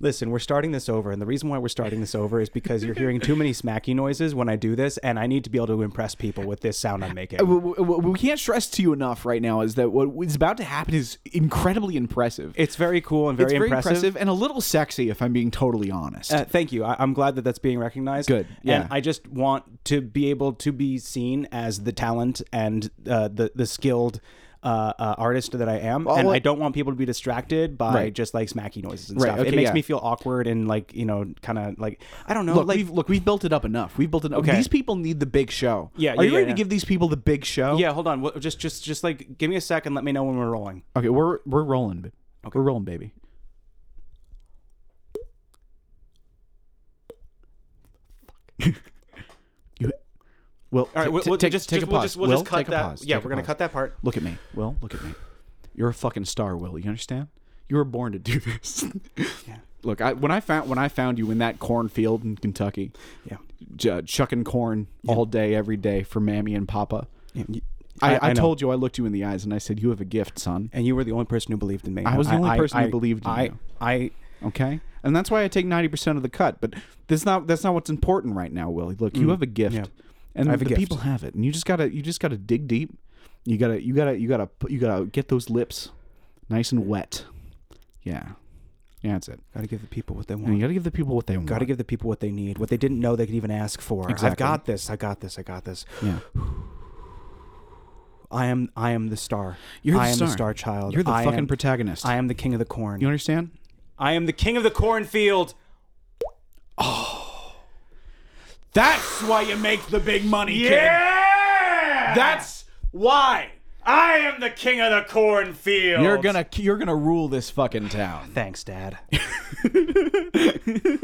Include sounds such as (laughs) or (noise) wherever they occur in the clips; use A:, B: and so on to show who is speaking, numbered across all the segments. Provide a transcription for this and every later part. A: Listen, we're starting this over, and the reason why we're starting this over is because you're hearing too many smacky noises when I do this, and I need to be able to impress people with this sound I'm making.
B: What what we can't stress to you enough right now is that what is about to happen is incredibly impressive.
A: It's very cool and very,
B: it's very
A: impressive.
B: and a little sexy, if I'm being totally honest.
A: Uh, thank you. I, I'm glad that that's being recognized.
B: Good. Yeah.
A: And I just want to be able to be seen as the talent and uh, the the skilled. Uh, uh, artist that I am, and
B: well-
A: I don't want people to be distracted by
B: Right.
A: just like smacky noises and
B: Right,
A: stuff. it
B: okay,
A: makes
B: yeah.
A: me feel awkward and like you know, kind of like I don't know.
B: look,
A: like
B: we've, look, we've built it up enough. We've built it up.
A: Okay.
B: These people need the big show.
A: Yeah, yeah,
B: Are you
A: yeah,
B: ready
A: yeah.
B: to give these people the big show?
A: yeah, hold on. Wha- Just just just like give me a sec and let me know when we're rolling.
B: Okay, we're we're rolling. ba- We're rolling, baby. (laughs) you, Will,
A: All right,
B: ta-
A: we'll,
B: ta-
A: we'll
B: take-
A: just,
B: take
A: just-
B: a
A: we'll
B: pause.
A: just we'll
B: Will,
A: just cut
B: take a
A: that.
B: pause.
A: yeah,
B: Take a
A: we're gonna
B: pause.
A: cut that part.
B: Look at me, Will. Look at me. You're a fucking star, Will. You understand? You were born to do this. (laughs) Look, I, when I found when I found you in that cornfield in Kentucky,
A: Yeah.
B: j- uh, chucking corn all day, every day for Mammy and Papa.
A: Yeah.
B: I, I,
A: I know.
B: told you, I looked you in the eyes and I said, "You have a gift, son."
A: And you were the only person who believed in me.
B: I was the only person who believed in
A: I,
B: you.
A: I,
B: Okay, and that's why I take ninety percent of the cut. But that's not that's not what's important right now, Willie. Look, you have a gift,
A: Mm, Yeah.
B: and
A: I have a
B: the
A: gift.
B: people have it, and you just gotta you just gotta dig deep. You gotta you gotta you gotta put- you gotta get those lips nice and wet. Yeah, yeah, that's it.
A: gotta give the people what they
B: And you
A: want.
B: gotta give the people what they want.
A: Gotta give the people what they need, what they didn't know they could even ask for.
B: Exactly.
A: I've got this. I got this. I got this.
B: yeah.
A: I am. I am the star.
B: You're the
A: I am
B: star.
A: the star child.
B: You're the
A: I
B: fucking
A: am-
B: protagonist.
A: I am the king of the corn.
B: you understand?
A: I am the king of the cornfield. Oh.
B: That's why you make the big money,
A: Yeah.
B: That's
A: why I am the king of the cornfield.
B: You're gonna you're gonna rule this fucking town.
A: Thanks, Dad.
B: (laughs)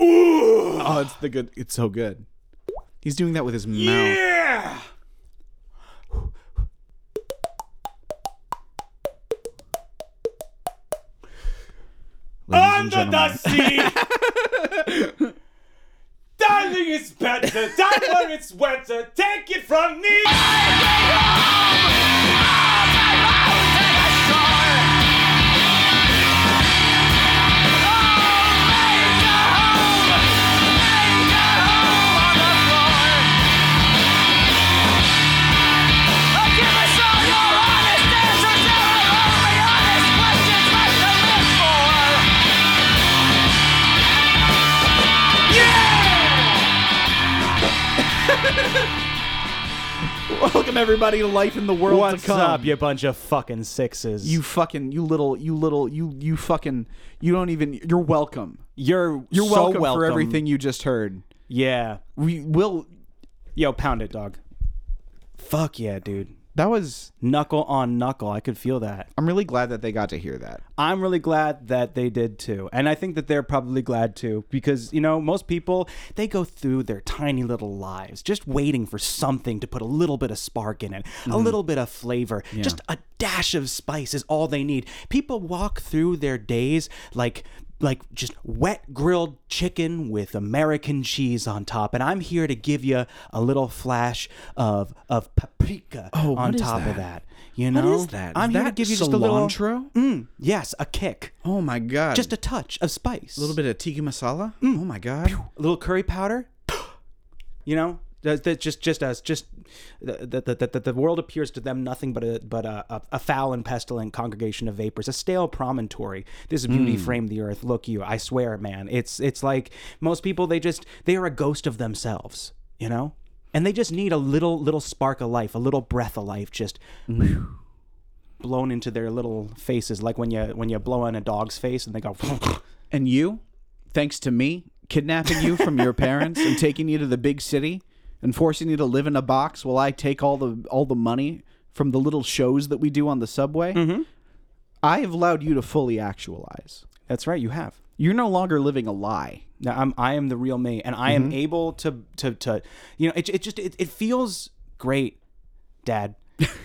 B: Oh, it's the good. It's so good. He's doing that with his mouth.
A: Yeah.
B: ladies and
A: Under
B: gentlemen.
A: the sea. (laughs) Darling, it's better. Down where it's wetter. Take it from me.
B: Welcome everybody to life in the world to
A: What's
B: come.
A: up, you bunch of fucking sixes?
B: You fucking you little you little you you fucking you don't even you're welcome.
A: you're
B: You're
A: so
B: welcome, for everything you just heard.
A: Yeah.
B: We will
A: Yo, pound it, dog. Fuck yeah, dude.
B: that was
A: Knuckle on knuckle. I could feel that.
B: I'm really glad that they got to hear that.
A: I'm really glad that they did too. And I think that they're probably glad too because, you know, most people, they go through their tiny little lives just waiting for something to put a little bit of spark in it, a
B: Mm-hmm.
A: little bit of flavor. Just a dash of spice is all they need. People walk through their days like like just wet grilled chicken with American cheese on top and I'm here to give you a little flash of of paprika on
B: Oh, what is
A: top of
B: that?
A: that. You know? I'm here to give you just a little
B: cilantro?
A: Mm, yes, a kick.
B: Oh my god.
A: Just a touch of spice. A
B: little bit of tiki masala? Oh my god.
A: little curry powder. You know, that, that just just as just the, the, the, the, the world appears to them nothing but a but a, a, a foul and pestilent congregation of vapors, a stale promontory. This beauty framed the earth. Look you, I swear, man. It's it's like most people they just they are a ghost of themselves. You know. And they just need a little little spark of life, a little breath of life, just blown into their little faces, like when you when you blow on a dog's face and they go. (laughs)
B: And you, thanks to me, kidnapping you from your parents and taking you to the big city and forcing you to live in a box while I take all the all the money from the little shows that we do on the subway, I have allowed you to fully actualize.
A: That's right, you have.
B: You're no longer living a lie.
A: Now I'm I am the real me, and I
B: Mm-hmm.
A: am able to to to you know it it just it, it feels great,
B: (laughs)
A: Dad,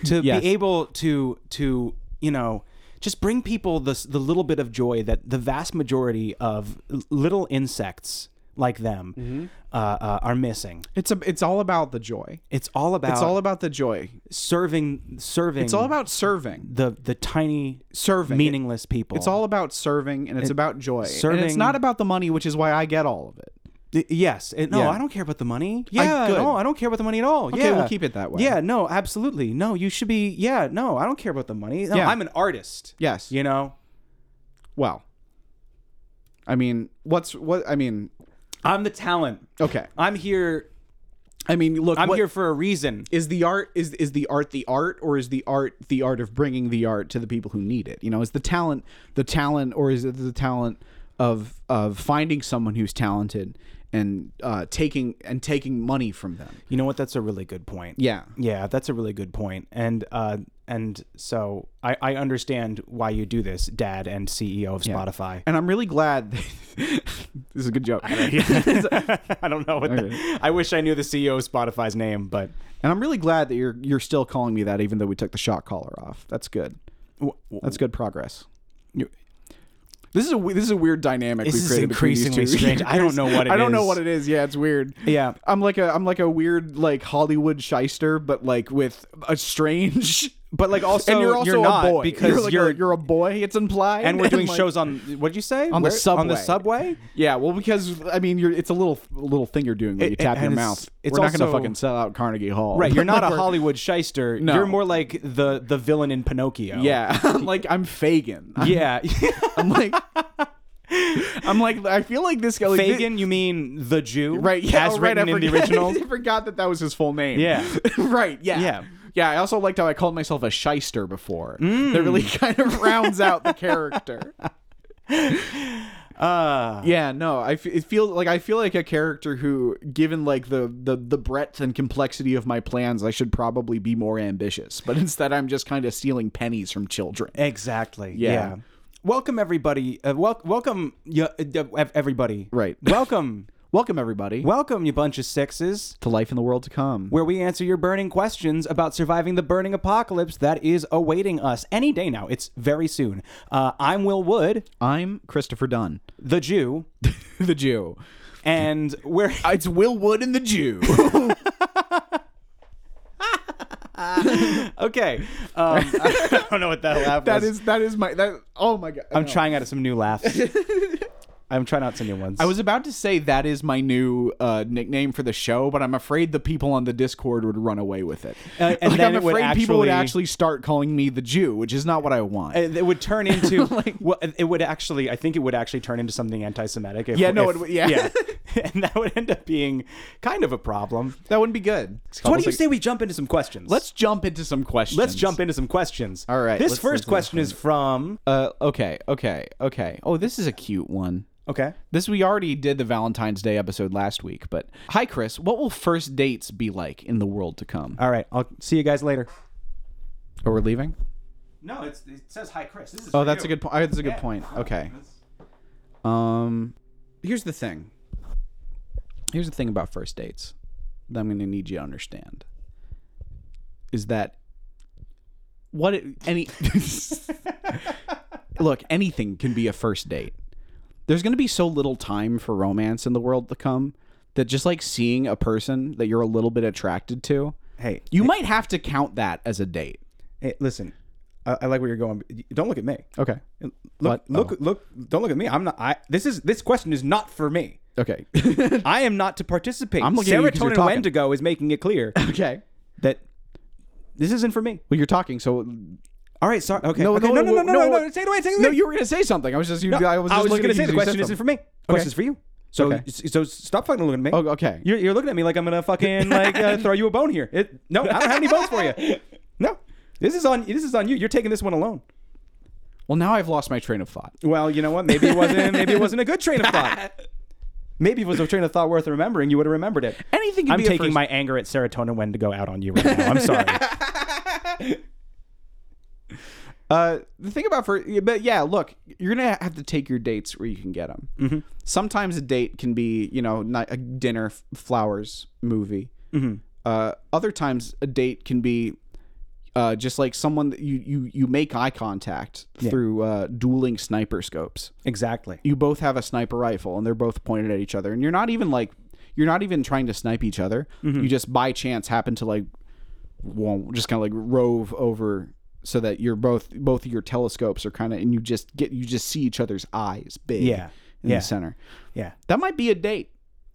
A: to
B: Yes.
A: be able to to you know just bring people this the little bit of joy that the vast majority of l- little insects like them
B: Mm-hmm.
A: uh, uh, are missing.
B: It's a, it's all about the joy.
A: It's all about
B: It's all about the joy.
A: serving serving.
B: It's all about serving.
A: the the tiny
B: Serving.
A: meaningless people.
B: It's all about serving and it's about joy. and it's
A: serving-
B: not about the money, which is why I get all of it.
A: Y- yes. And no,
B: Yeah.
A: I don't care about the money. Yeah,
B: good.
A: no, I don't care about the money at all.
B: Okay,
A: yeah,
B: we'll keep it that way.
A: Yeah, no, absolutely. No, you should be. Yeah, no, I don't care about the money. No,
B: Yeah.
A: I'm an artist.
B: Yes.
A: You know,
B: Well. I mean, what's what I mean,
A: I'm the talent.
B: okay.
A: I'm here.
B: I mean, look,
A: I'm
B: what-
A: here for a reason.
B: is the art is is the art the art or is the art the art of bringing the art to the people who need it you know is the talent the talent or is it the talent of of finding someone who's talented and uh taking and taking money from them
A: You know what? That's a really good point.
B: yeah
A: Yeah, that's a really good point. And uh and so I I understand why you do this, dad and CEO of
B: (laughs)
A: Spotify. (laughs)
B: and i'm really glad this is a good joke
A: I don't know what the, I wish I knew the CEO of Spotify's name, but
B: and i'm really glad that you're you're still calling me that even though we took the shot collar off that's good
A: w- w-
B: that's good progress this is a we- this is a weird dynamic
A: This
B: we've
A: is
B: created between these
A: increasingly
B: two.
A: strange. I don't know
B: (laughs)
A: what it
B: I don't know
A: is.
B: what it is. Yeah, it's weird.
A: yeah.
B: I'm like a I'm like a weird like Hollywood shyster, but like with a strange. (laughs)
A: But like also
B: and you're also
A: not
B: a boy
A: because
B: you're
A: you're,
B: like a, you're a boy. It's implied.
A: and we're doing
B: like-
A: shows on what did you say on
B: the
A: on the
B: subway.
A: subway.
B: Yeah, well, because I mean, you're it's a little a little thing you're doing when you
A: It-
B: tap
A: and
B: your
A: it's-
B: mouth.
A: it's
B: we're not going to
A: also-
B: fucking sell out Carnegie Hall,
A: Right,
B: (laughs)
A: you're
B: But,
A: not
B: like,
A: a
B: we're-
A: Hollywood shyster.
B: No.
A: You're more like the the villain in Pinocchio.
B: Yeah, (laughs) I'm like I'm Fagin. (laughs) I'm,
A: Oh. (laughs) yeah. (laughs)
B: I'm like I'm like I feel like this guy like, thi-
A: Fagin, you mean the Jew?
B: right? Yeah,
A: as
B: oh, right,
A: written
B: I
A: in the
B: forgot-
A: original.
B: (laughs) I forgot that that was his full name.
A: Yeah.
B: (laughs) right. Yeah.
A: Yeah.
B: Yeah. I also liked how I called myself a shyster before. That really
A: Mm.
B: kind of rounds out the character.
A: (laughs) Uh-huh. Uh,
B: yeah. No. I f- it feels like I feel like a character who, given like the the the breadth and complexity of my plans, I should probably be more ambitious. But instead, I'm just kind of stealing pennies from children.
A: exactly.
B: Yeah.
A: Yeah. Welcome everybody. Uh, wel- welcome yeah, uh, ev- everybody.
B: Right. (laughs)
A: Welcome.
B: Welcome everybody
A: welcome you bunch of sixes
B: to life in the world to come.
A: where we answer your burning questions about surviving the burning apocalypse that is awaiting us any day now. It's very soon. Uh, I'm Will Wood,
B: I'm Christopher Dunn,
A: the Jew,
B: (laughs) the Jew. Uh,
A: and we're
B: It's Will Wood and the (laughs) Jew.
A: okay.
B: (laughs)
A: Um, I don't know what that laugh
B: that
A: was.
B: is that is my that. Oh my god.
A: I'm trying out some new
B: (laughs)
A: laughs. I'm trying out some new ones.
B: I was about to say that is my new uh, nickname for the show, but I'm afraid the people on the Discord would run away with it.
A: Uh, and
B: Like,
A: then
B: I'm
A: it would
B: afraid people would
A: actually-
B: actually Uh, start calling me the Jew, which is not what I want.
A: it it would turn
B: (laughs)
A: into well, it would actually. I think it would actually turn into something anti-Semitic. If,
B: Yeah, no,
A: if-
B: it would- yeah.
A: (laughs) and that would end up being kind of a problem.
B: that wouldn't be good.
A: So what do you say we jump into some questions?
B: Let's jump into some questions.
A: let's jump into some questions.
B: All right,
A: This
B: let's-
A: first
B: let's-
A: question is from.
B: Uh, okay, okay, okay. Oh, this is a cute one.
A: Okay.
B: This we already did the Valentine's Day episode last week, but hi Chris, what will first dates be like in the world to come?
A: All right. I'll see you guys later.
B: Oh, we're leaving.
A: No, it's, it says hi, Chris. This is
B: Oh, that's a good point. That's a good point. Okay. Um, here's the thing. Here's the thing about first dates that I'm going to need you to understand is that what it, any (laughs) look anything can be a first date. There's going to be so little time for romance in the world to come that just like seeing a person that you're a little bit attracted to,
A: Hey,
B: you might have to count that as a date.
A: hey, listen. I, I like where you're going. Don't look at me.
B: Okay.
A: Look,
B: What? Oh.
A: look, look! Don't look at me. I'm not. I. This is this question is not for
B: (laughs)
A: me.
B: Okay.
A: I am not to participate.
B: I'm looking at you 'cause you're
A: Serotonin
B: talking.
A: Wendigo is making it
B: (laughs)
A: clear
B: okay.
A: that this isn't for me.
B: Well, you're talking, so
A: All right, sorry. Okay.
B: No,
A: okay.
B: no,
A: no, no,
B: no,
A: no, no,
B: no,
A: no, Take it away. Take it away.
B: No, you were gonna say something. I was just you. I was just,
A: going to say the question
B: is
A: isn't for me. The question's for you. So,
B: Okay.
A: so stop fucking looking at me.
B: Oh, okay.
A: You're, you're looking at me like I'm gonna
B: (laughs)
A: fucking like uh, throw you a bone here. It, no, I don't have any bones for you. No, this is on this is on you. You're taking this one alone.
B: well, now I've lost my train of thought.
A: Well, you know what? Maybe it wasn't. Maybe it wasn't a good train of thought.
B: (laughs)
A: Maybe if it was a train of thought worth remembering. You would have remembered it.
B: Anything. Can
A: I'm
B: be a
A: taking
B: first-
A: my anger at serotonin when to go out on you right now. I'm
B: (laughs)
A: sorry.
B: Uh, the thing about for, but yeah, look, you're gonna have to take your dates where you can get them.
A: Mm-hmm.
B: Sometimes a date can be, you know, not a dinner,
A: Mm-hmm.
B: f- flowers, movie. Uh, other times a date can be uh, just like someone that you you you make eye contact through uh, dueling sniper scopes.
A: Exactly.
B: You both have a sniper rifle, and they're both pointed at each other, and you're not even like you're not even trying to snipe each other.
A: Mm-hmm.
B: You just by chance happen to like, well, just kind of like rove over so that you're both both of your telescopes are kind of and you just get you just see each other's eyes big
A: Yeah.
B: in
A: Yeah.
B: the center.
A: Yeah.
B: That might be a date.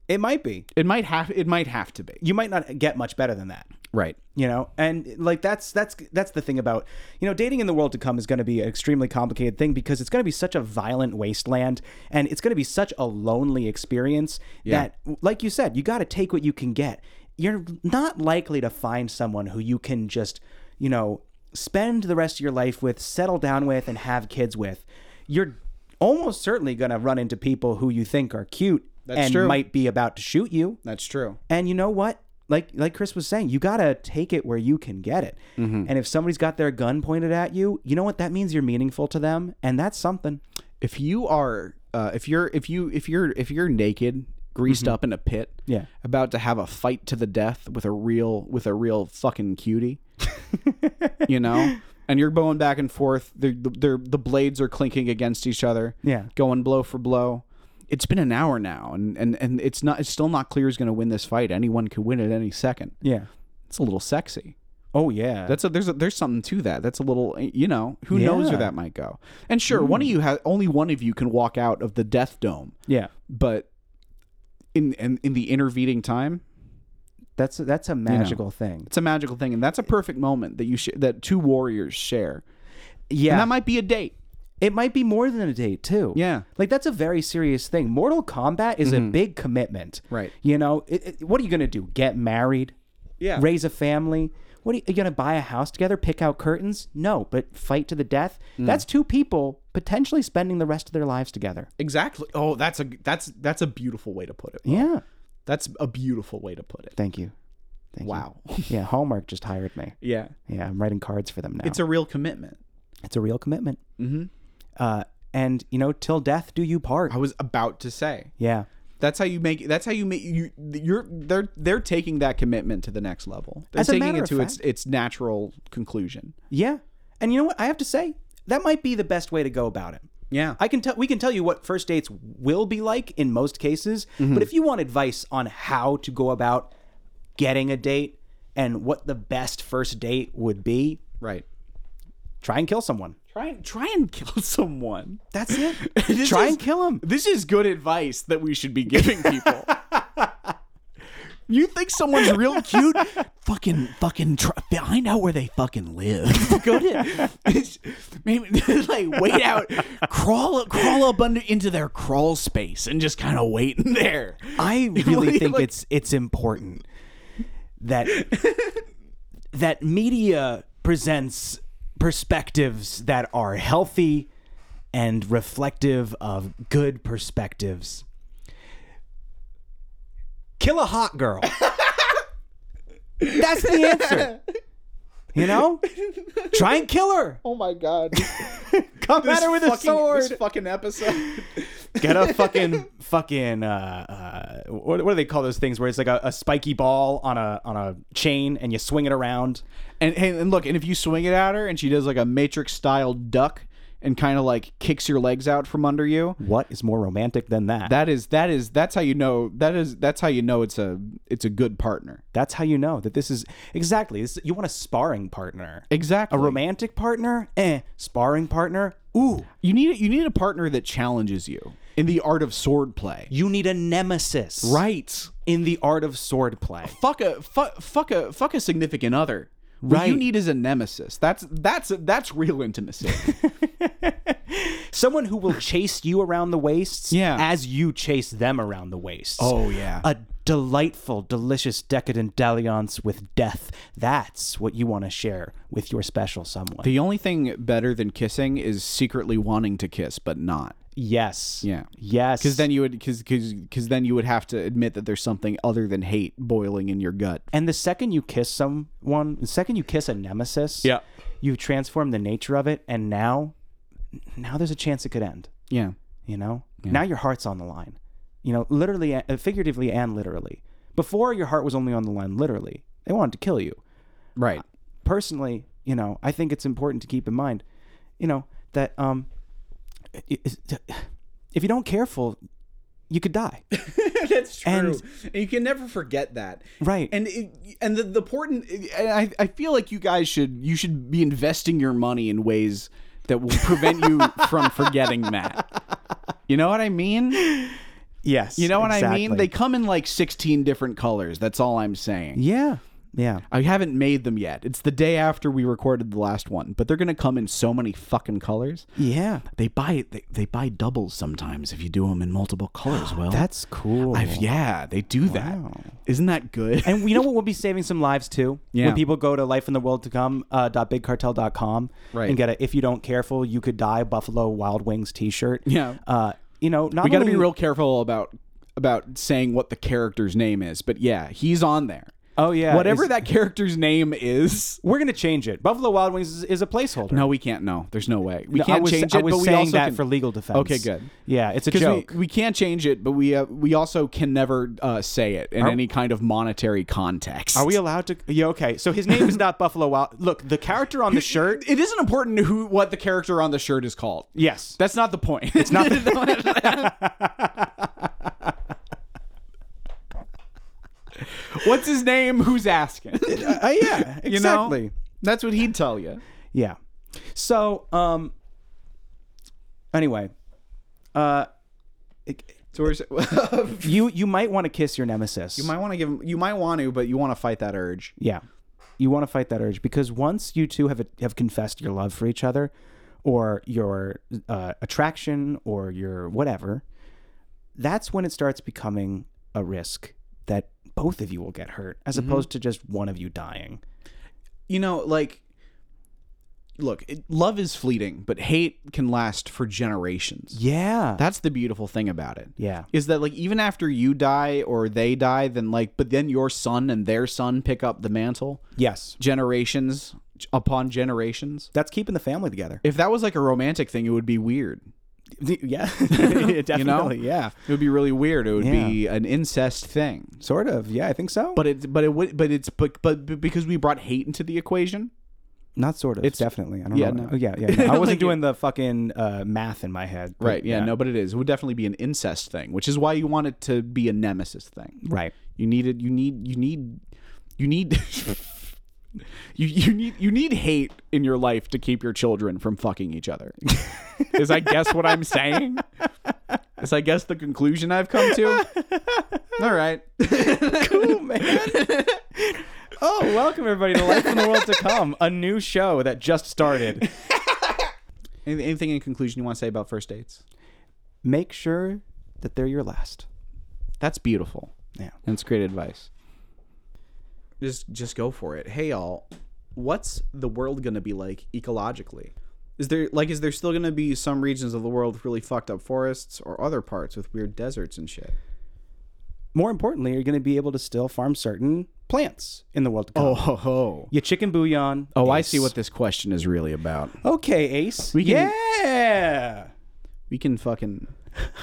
A: It might be.
B: It might have it might have to be.
A: You might not get much better than that.
B: Right.
A: you know and like that's that's that's the thing about you know dating in the world to come is going to be an extremely complicated thing because it's going to be such a violent wasteland and it's going to be such a lonely experience that like you said you got to take what you can get you're not likely to find someone who you can just you know spend the rest of your life with settle down with and have kids with you're almost certainly going to run into people who you think are cute and
B: true.
A: might be about to shoot you
B: That's true.
A: and you know what? Like like Chris was saying, you gotta take it where you can get it. And if somebody's got their gun pointed at you, you know what? That means you're meaningful to them, and that's something.
B: if you are uh, if you're if you if you're if you're naked greased up in a pit
A: Mm-hmm. Yeah.
B: about to have a fight to the death with a real with a real fucking
A: (laughs)
B: cutie you know and you're going back and forth they're, they're, the blades are clinking against each other
A: Yeah.
B: going blow for blow it's been an hour now and and and it's not it's still not clear who's going to win this fight anyone could win at any second
A: Yeah.
B: it's a little sexy
A: Oh yeah.
B: that's a there's a, there's something to that. That's a little eh, you know who knows
A: Yeah. Mm.
B: where that might go. And sure, one of you has only one of you can walk out of the death dome,
A: yeah.
B: but in in, in the intervening time,
A: That's that's a magical thing.
B: it's a magical thing, and that's a perfect moment that you sh- that two warriors share,
A: Yeah.
B: and that might be a date.
A: it might be more than a date too.
B: Yeah. Mm-hmm.
A: Like that's a very serious thing. Mortal Kombat is a big commitment.
B: Right.
A: You know, it, it- what are you gonna do? Get married?
B: Yeah.
A: Raise a family? What are you, are you gonna buy a house together? Pick out curtains? No, but fight to the death.
B: Mm.
A: That's two people potentially spending the rest of their lives together.
B: Exactly. Oh, that's a that's that's a beautiful way to put it.
A: Yeah.
B: That's a beautiful way to put it.
A: Oh, Thank you. Thank you.
B: Wow.
A: Yeah, Hallmark just hired me.
B: yeah.
A: Yeah, I'm writing cards for them now.
B: It's a real commitment.
A: it's a real commitment. Mm-hmm. Uh, and you know, till death do you part.
B: I was about to say.
A: Yeah.
B: That's how you make. That's how you make you. You're they're they're taking that commitment to the next level. They're
A: As a
B: taking
A: matter
B: it
A: of
B: to its its natural conclusion.
A: Yeah. And you know what? I have to say, that might be the best way to go about it.
B: Yeah.
A: I can tell we can tell you what first dates will be like in most cases, but if you want advice on how to go about getting a date and what the best first date would be,
B: right.
A: try and kill someone.
B: Try and try and kill (laughs) someone.
A: That's (laughs) it.
B: This
A: try
B: is-
A: and kill him.
B: This is good advice that we should be giving
C: (laughs)
B: people. you think someone's real cute?
C: fucking fucking try, find out where they fucking live. (laughs) Go to (laughs) maybe (laughs) like wait out, crawl crawl up under into their crawl space and just kind of wait in there.
A: I
C: What do (laughs)
A: really
C: you
A: think
C: like-
A: it's it's important that (laughs) that media presents perspectives that are healthy and reflective of good perspectives. Kill a hot
C: (laughs)
A: girl. That's the answer. You know? Try and kill her.
B: Oh my (laughs) god!
A: Come at her with a sword.
B: fucking episode.
A: Get a fucking fucking uh, uh what, what do they call those things where it's like a, a spiky ball on a on a chain and you swing it around.
B: (laughs) And hey, and look, and if you swing it at her and she does like a matrix style duck and kind of like kicks your legs out from under you,
A: What is more romantic than that?
B: That is that is that's how you know that is that's how you know it's a it's a good partner.
A: That's how you know that this is exactly this. You want a sparring partner,
B: Exactly.
A: a romantic partner, eh? Sparring partner, ooh.
B: you need you need a partner that challenges you in the art of swordplay.
A: You need a nemesis,
B: Right.
A: In the art of swordplay.
B: Fuck a fuck fuck a fuck a significant other. What you
A: Right.
B: need is a nemesis. That's that's that's real (laughs) intimacy.
A: Someone who will chase you around the waist
B: Yeah. Oh,
A: as you chase them around the waist.
B: yeah.
A: A delightful, delicious, decadent dalliance with death. That's what you want to share with your special someone.
B: the only thing better than kissing is secretly wanting to kiss but not.
A: yes.
B: Yeah.
A: Yes.
B: Cuz then you would cuz cuz cuz then you would have to admit that there's something other than hate boiling in your gut.
A: and the second you kiss someone, the second you kiss a nemesis,
B: Yeah.
A: you transform the nature of it, and now, now there's a chance it could end.
B: Yeah.
A: You know, now your heart's on the line. You know, literally, uh, figuratively, and literally. Before your heart was only on the line literally. They wanted to kill you.
B: Right.
A: personally, you know, I think it's important to keep in mind, you know, that um, i- i- if you don't careful, you could die.
B: (laughs) That's true.
A: And-
B: And, you can never forget that.
A: Right.
B: And it, and the, the important and I I feel like you guys should you should be investing your money in ways that will prevent (laughs) you from forgetting that. You know what I mean?
A: Yes.
B: You know what I mean? They come in like 16 different colors. That's all I'm saying.
A: Yeah. Yeah.
B: I haven't made them yet. It's the day after we recorded the last one, but they're going to come in so many fucking colors.
A: Yeah.
C: They buy they, they buy doubles sometimes if you do them in multiple
A: (gasps)
C: colors. Well,
A: That's cool.
B: I've, yeah, they do that. Isn't that good?
A: And you know what? We'll be saving some lives too.
B: Yeah.
A: When people go to lifeintheworldtocome.bigcartel.com uh, dot bigcartel.com
B: Right.
A: and get a "If you don't careful, you could die" Buffalo Wild Wings T-shirt.
B: Yeah.
A: Uh, you know, not
B: (laughs) we got to be
A: only-
B: real careful about about saying what the character's name is, but yeah, he's on there.
A: Oh yeah.
B: Whatever
A: It's-
B: that character's name is. (laughs)
A: We're gonna change it. Buffalo Wild Wings is, is a placeholder.
B: No, we can't. No, there's no way. We
A: No,
B: can't
A: I was,
B: change
A: I
B: it.
A: was
B: but
A: saying
B: we also
A: that
B: can,
A: for legal defense.
B: Okay, good.
A: Yeah, it's a
B: because
A: joke.
B: we, we can't change it, but we uh, we also can never uh, say it in any kind of monetary context.
A: Are we allowed to? Yeah, okay. So his name is not Buffalo Wild. Look, the character (laughs) on the shirt.
B: It isn't important who what the character on the shirt is called.
A: Yes.
B: That's not the point. It's
A: not
B: (laughs) What's his name? Who's asking?
A: Uh, (laughs) yeah.
B: You know? That's what he'd tell you.
A: Yeah. So, um. Anyway, uh,
B: So we're, (laughs) you
A: you you might want to kiss your nemesis. You
B: might want to give him. You might want to, but you want to fight that urge.
A: Yeah. You want to fight that urge because once you two have have confessed your love for each other, or your uh, attraction, or your whatever, that's when it starts becoming a risk that both of you will get hurt, as
B: Mm-hmm.
A: opposed to just one of you dying.
B: you know, like, look, it, love is fleeting, but hate can last for generations.
A: Yeah.
B: That's the beautiful thing about it.
A: yeah.
B: Is that like even after you die or they die, then like, but then your son and their son pick up the mantle,
A: Yes.
B: generations upon generations.
A: That's keeping the family together.
B: If that was like a romantic thing, it would be weird.
A: (laughs) Yeah. Definitely.
B: (laughs) You know,
A: Yeah.
B: it would be really weird. It would
A: Yeah.
B: be an incest thing.
A: Sort of. Yeah, I think so.
B: But it, but it would, but it's, but, but but because we brought hate into the equation,
A: Not sort of. It's definitely. I don't
B: yeah,
A: know.
B: no.
A: Oh, yeah,
B: (laughs)
A: yeah. yeah. I wasn't
B: Like it-
A: doing the fucking uh, math in my head. but
B: Right. Yeah, No, but it is. It would definitely be an incest thing, which is why you want it to be a nemesis thing.
A: Right.
B: You need it. You need. You need. You need. (laughs) you you need you need hate in your life to keep your children from fucking each other. is I guess what I'm saying. Is I guess the conclusion I've come to. All right. (laughs)
A: cool, man. (laughs) Oh, welcome everybody to Life in the World to Come, a new show that just
B: (laughs)
A: started.
B: Any- Anything in conclusion you want to say about first dates?
A: Make sure that they're your last.
B: That's beautiful.
A: Yeah.
B: And it's great advice. Just just go for it. Hey y'all, what's the world gonna be like ecologically? Is there like is there still gonna be some regions of the world with really fucked up forests or other parts with weird deserts and shit?
A: More importantly, you're going to be able to still farm certain plants in the world to come.
B: Oh, ho ho.
A: Your chicken bouillon.
B: Oh, I see what this question is really about.
A: Okay, Ace.
B: We can-
A: yeah. (laughs)
B: We can fucking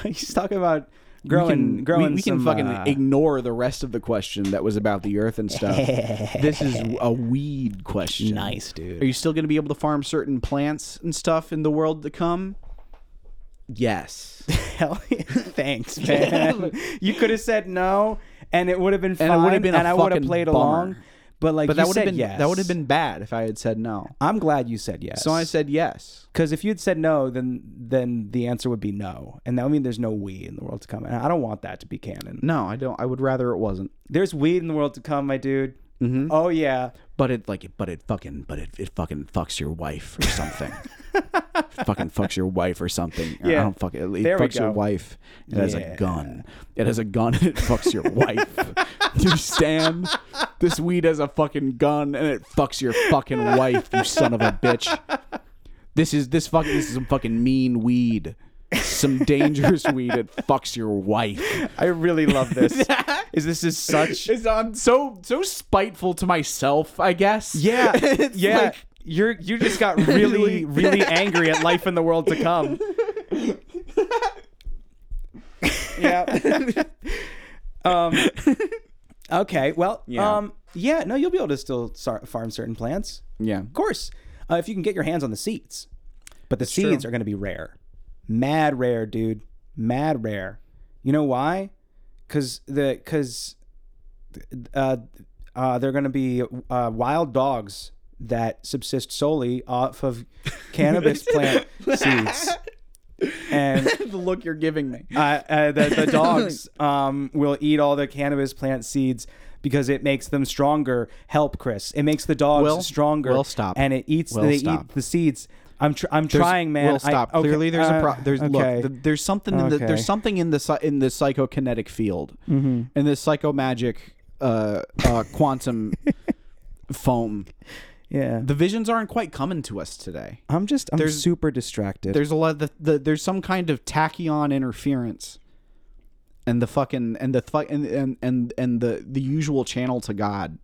A: He's talking about growing,
B: we can,
A: growing.
B: we, we can
A: some,
B: fucking
A: uh,
B: ignore the rest of the question that was about the earth and
A: (laughs)
B: stuff. this is a weed question.
A: Nice, dude.
B: Are you still going to be able to farm certain plants and stuff in the world to come?
A: (laughs)
B: Yes.
A: (laughs) Hell
B: (laughs)
A: yeah. Thanks, man. you could have said no, and it would have been fine,
B: And it would have been a
A: and I would have
B: fucking
A: played
B: bummer.
A: along. But like,
B: But
A: you
B: that would have
A: said
B: been
A: yes.
B: that would have been bad if I had said no.
A: I'm glad you said yes.
B: So I said yes.
A: because if you'd said no, then then the answer would be no, and that would mean there's no we in the world to come, and I don't want that to be canon.
B: No, I don't. I would rather it wasn't.
A: There's weed in the world to come, my dude. Oh yeah,
C: but it like but it fucking but it, it fucking fucking fucks your wife or
A: (laughs)
C: something. It fucking fucks your wife or something.
A: Yeah.
C: I don't fuck it. It
A: There we
C: fucks your
A: go.
C: wife. It has
A: Yeah.
C: a gun. It has a gun and it fucks your wife.
A: (laughs)
C: Do you understand? This weed has a fucking gun and it fucks your fucking wife, you son of a bitch. This is this fucking this is some fucking mean weed. Some dangerous weed. It fucks your wife.
A: (laughs) I really love this.
B: (laughs)
A: is this is such?
C: It's I'm so so spiteful to myself, I guess.
A: Yeah,
C: (laughs) It's
A: yeah.
C: like-
A: You're you just got really really angry at life in the world to come. yeah. (laughs) um. Okay. Well.
B: Yeah.
A: Um. Yeah. No, you'll be able to still sar- farm certain plants.
C: (laughs)
B: Yeah.
A: Of course. uh, if you can get your hands on the seeds. But the seeds are going to be rare, mad rare, dude, mad rare. You know why? Because the because uh, uh, they're going to be uh, wild dogs that subsist solely off of cannabis plant seeds. And
B: the look you're giving me.
A: uh, uh, the,
B: (laughs)
A: the dogs um, will eat all the cannabis plant seeds because it makes them stronger. Help, Chris. It makes the dogs
B: Will,
A: stronger.
B: Will, stop.
A: And it eats.
B: Will,
A: they
B: stop.
A: eat the seeds. I'm tr- I'm trying, man.
B: Will, stop.
A: I, okay,
B: Clearly, there's a
A: uh,
B: pro- there's
A: okay.
B: look. th- there's something in
A: Okay.
B: the,
A: Mm-hmm.
B: there's something in the psy- in the psychokinetic field, in this psychomagic uh, uh,
A: (laughs)
B: quantum foam.
A: yeah.
B: The visions aren't quite coming to us today.
A: I'm just I'm
B: there's-
A: super distracted.
B: There's a lot. Of the, the, there's some kind of tachyon interference, and the fucking and the fu- and, and and and the the usual channel to God.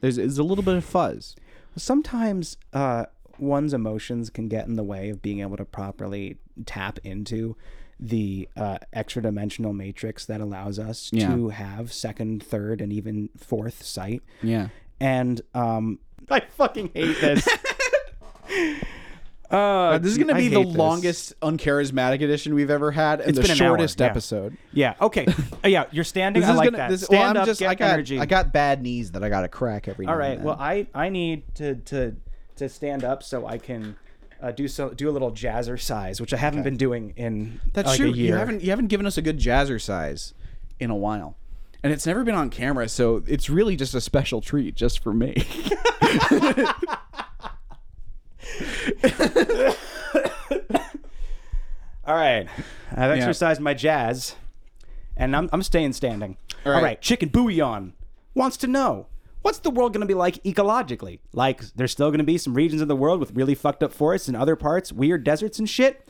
B: There's is a little bit of fuzz.
A: sometimes uh, one's emotions can get in the way of being able to properly tap into the uh, extra dimensional matrix that allows us
B: Yeah.
A: to have second, third, and even fourth sight.
B: Yeah.
A: And um, I fucking hate (laughs) this. Uh,
B: this is
A: gee,
B: going to
A: I
B: be the
A: hate this.
B: longest uncharismatic edition we've ever had, and
A: It's
B: the
A: been an hour,
B: shortest
A: yeah.
B: episode.
A: Yeah.
B: (laughs)
A: Okay. Uh, yeah. You're standing.
B: This
A: I
B: is
A: like
B: gonna-
A: that.
B: this- well,
A: Stand
B: I'm
A: up.
B: just-
A: get
B: I got,
A: energy.
B: I got bad knees that I got to crack every.
A: All right. Well, I I need to to to stand up so I can uh, do so do a little jazzer size, which I haven't been doing in
B: that's
A: like a
B: true.
A: year.
B: You haven't you haven't given us a good jazzer size in a while, and it's never been on camera, so it's really just a special treat just for me. (laughs)
A: All right. I've exercised my jazz, and I'm I'm staying standing. All right.
B: right.
A: Chicken Bouillon wants to know. What's the world going to be like ecologically? Like, there's still going to be some regions of the world with really fucked up forests and other parts, weird deserts and shit.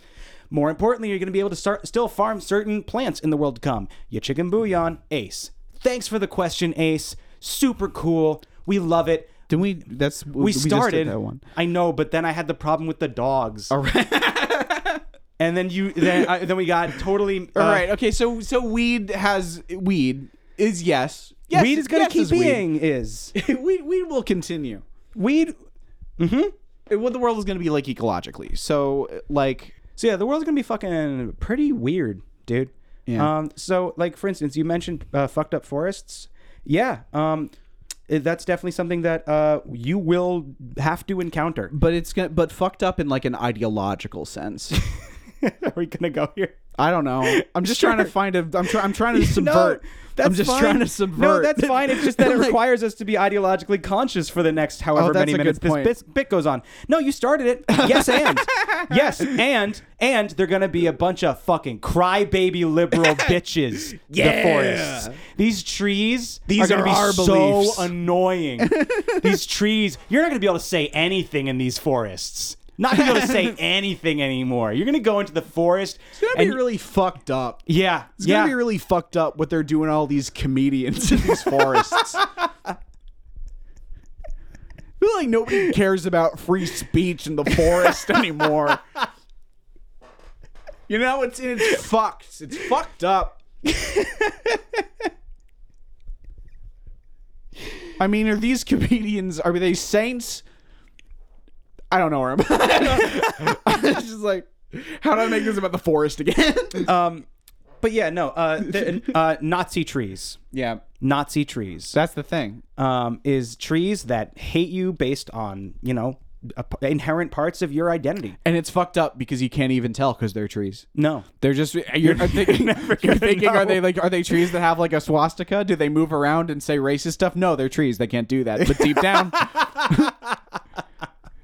A: More importantly, you're going to be able to start, still farm certain plants in the world to come. You chicken bouillon, Ace. Thanks for the question, Ace. Super cool. We love it.
B: Didn't we? That's
A: We, started. I know, but then I had the problem with the dogs. All right. (laughs) and then you then I, then we got totally uh,
B: All right. Okay. So so weed has weed is yes. yes
A: weed is gonna
B: yes
A: keep
B: weed.
A: being is
B: (laughs) weed weed will continue.
A: weed.
B: It- What the world is gonna be like ecologically. So like.
A: So yeah, the world's gonna be fucking pretty weird, dude.
B: Yeah.
A: Um. So like for instance, you mentioned uh, fucked up forests. Yeah. Um. it- That's definitely something that uh you will have to encounter. (laughs)
B: but it's gonna but fucked up in like an ideological (laughs) sense.
A: Are we gonna go here?
B: I don't know. I'm just trying to find a. I'm, try, I'm trying (laughs) to subvert.
A: that's
B: I'm just
A: fine.
B: trying to subvert.
A: No, that's
B: (laughs)
A: fine. It's just that it
B: Like-
A: requires us to be ideologically conscious for the next however
B: Oh, that's
A: many
B: a good
A: minutes
B: point.
A: this bit, bit goes on. No, you started it. Yes,
B: (laughs)
A: and yes, and and they're gonna be a bunch of fucking crybaby
B: (laughs)
A: liberal bitches. The
B: Yeah.
A: forests. These trees. These are,
B: are
A: gonna
B: our
A: be so
B: beliefs. (laughs)
A: annoying. these trees. You're not gonna be able to say anything in these forests. Not gonna be able to
B: (laughs)
A: say anything anymore. You're gonna go into the forest.
B: It's gonna
A: and,
B: be really fucked up.
A: yeah,
B: It's
A: yeah.
B: gonna be really fucked up what they're doing all these comedians in these forests. I feel like nobody cares about free speech in the forest anymore. You know, it's it's fucked. It's fucked up. I mean, are these comedians? Are they saints? I don't know where I'm. (laughs) it's just like, how do I make this about the forest again?
A: Um, but yeah, no, uh, the, uh, Nazi trees.
B: yeah,
A: Nazi trees
B: that's the thing.
A: um, is trees that hate you based on you know a- inherent parts of your identity.
B: And it's fucked up because you can't even tell because they're trees.
A: No,
B: They're just uh, you're, are they- (laughs) you're thinking are they like are they trees that have like a swastika? Do they move around and say racist stuff? No, they're trees. They can't do that. But deep down,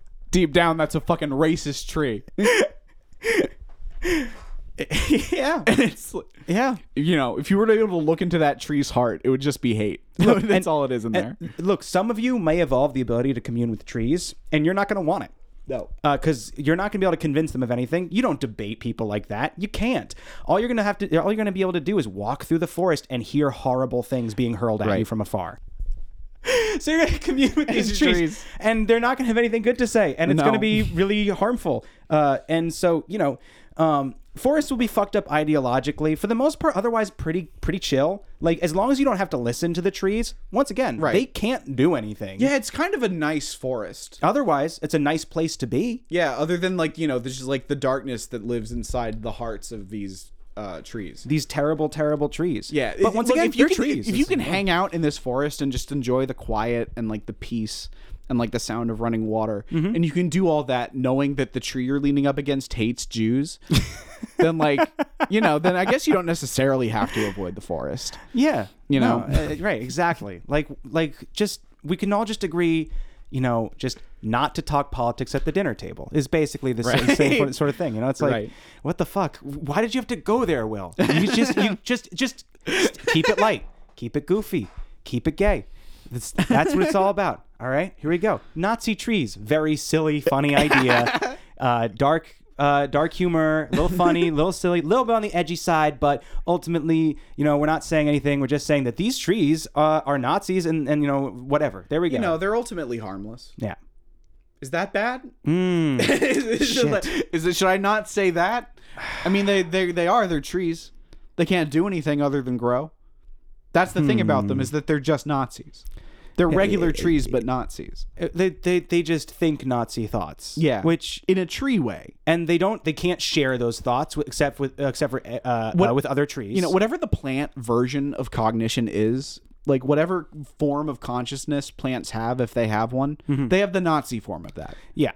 B: (laughs) deep down, that's a fucking racist tree.
A: yeah,
B: (laughs) It's
A: yeah.
B: you know if you were to be able to look into that tree's heart, it would just be hate. (laughs) that's all it is in there.
A: Look, some of you may evolve the ability to commune with trees, and you're not going to want it.
B: No.
A: because you're not going to be able to convince them of anything. You don't debate people like that. You can't. All you're going to have to, all you're going to be able to do is walk through the forest and hear horrible things being hurled at you
B: Right.
A: from afar. (laughs) So you're gonna commune with these
B: (laughs) These
A: trees,
B: trees.
A: and they're not gonna have anything good to say, and it's
B: No.
A: gonna be really harmful. Uh, and so you know, um, forests will be fucked up ideologically for the most part. Otherwise, pretty pretty chill. Like as long as you don't have to listen to the trees. Once again,
B: Right.
A: they can't do anything.
B: Yeah, it's kind of a nice forest.
A: Otherwise, it's a nice place to be.
B: Yeah, other than like you know, this is like the darkness that lives inside the hearts of these uh, trees.
A: These terrible, terrible trees.
B: Yeah,
A: but
B: if-
A: once
B: look,
A: again,
B: if you
A: they're
B: can,
A: trees.
B: if you
A: It's-
B: can hang out in this forest and just enjoy the quiet and like the peace and like the sound of running water,
A: Mm-hmm.
B: and you can do all that knowing that the tree you're leaning up against hates Jews, (laughs) then like you know, then I guess you don't necessarily have to avoid the forest.
A: (laughs) Yeah, you
B: know?
A: uh, right? Exactly. Like, like, just we can all just agree, you know, just not to talk politics at the dinner table is basically the same, same sort of- sort of thing. You know, it's like,
B: Right.
A: what the fuck? Why did you have to go there, Will? You just, (laughs) you just, just keep it light, keep it goofy, keep it gay. That's, that's what it's all about. All right, here we go. Nazi trees, very silly, funny (laughs) idea. Uh, dark uh, dark humor, a little funny, (laughs) a little silly, a little bit on the edgy side, but ultimately, you know, we're not saying anything. We're just saying that these trees uh, are Nazis and, and, you know, whatever. There we go.
B: You know, they're ultimately harmless.
A: yeah.
B: Is that bad? (laughs) is, it like- is it? Should I not say that? I mean, they they they are. They're trees. They can't do anything other than grow. That's the thing about them is that they're just Nazis. They're regular trees, but Nazis.
A: Uh, They, they, they just think Nazi thoughts.
B: Yeah,
A: Which,
B: in a tree way.
A: and they don't, they can't share those thoughts with- except with, except for, uh, uh,
B: What-
A: with other trees.
B: You know, whatever the plant version of cognition is, like whatever form of consciousness plants have, if they have one, they have the Nazi form of that.
A: Yeah.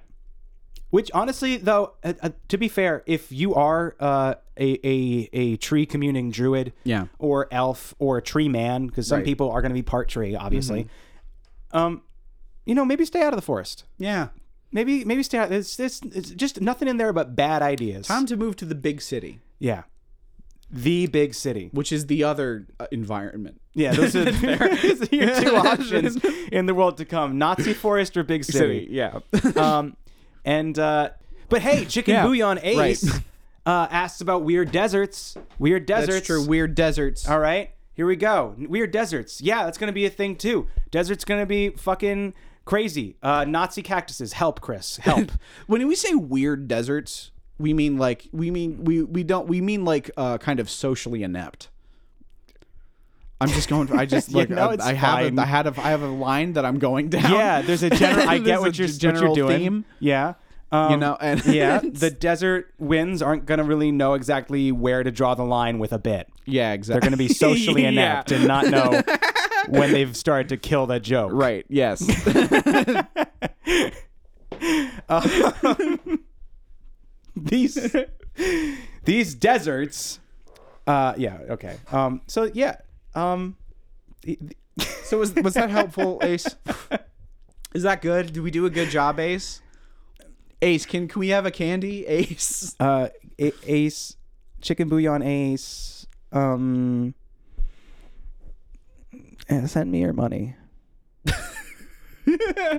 A: Which honestly, though, uh, uh, to be fair, if you are uh, a, a a tree communing druid,
B: Yeah.
A: or elf or a tree man, because some
B: Right. Mm-hmm.
A: people are going to be part tree, obviously. Um, you know, maybe stay out of the forest.
B: Yeah.
A: Maybe maybe stay out. It's, it's, it's just nothing in there but bad ideas.
B: Time to move to the big city,
A: yeah. The big city.
B: which is the other uh, environment.
A: Yeah, those
B: (laughs)
A: are, (laughs) those are your two options in the world to come: Nazi forest or big
B: (laughs)
A: city.
B: yeah.
A: um, and uh, but hey, Chicken
B: Yeah,
A: Bouillon Ace
B: right.
A: uh, asks about weird deserts. Weird deserts.
B: That's true. Weird deserts.
A: All right, here we go. Weird deserts. Yeah, that's gonna be a thing too. Deserts gonna be fucking crazy. Uh, Nazi cactuses. Help, Chris.
B: (laughs)
A: Help.
B: When we say weird deserts, we mean like we mean we we don't we mean like uh, kind of socially inept. I'm just going. For, I (laughs) just
A: You
B: like
A: know
B: I-
A: it's
B: I, have
A: fine.
B: a, I had a I have a line that I'm going down.
A: yeah, there's a
B: (laughs)
A: general. I
B: There's
A: get
B: a
A: what you're,
B: g- general
A: what you're doing.
B: theme.
A: Yeah. Um,
B: You know, and-
A: (laughs)
B: (laughs)
A: yeah, the desert winds aren't gonna really know exactly where to draw the line with a bit.
B: yeah, exactly.
A: They're gonna be socially
B: (laughs) Yeah.
A: inept and not know when they've started to kill the joke.
B: Right. Yes.
A: (laughs) these these deserts uh yeah okay um so yeah um e the- the- (laughs)
B: so was was that helpful, Ace? Is that good? Did we do a good job, Ace? Ace, can can we have a candy,
A: (laughs)
B: Ace?
A: uh A- ace chicken bouillon ace um eh, send me your
B: (laughs)
A: money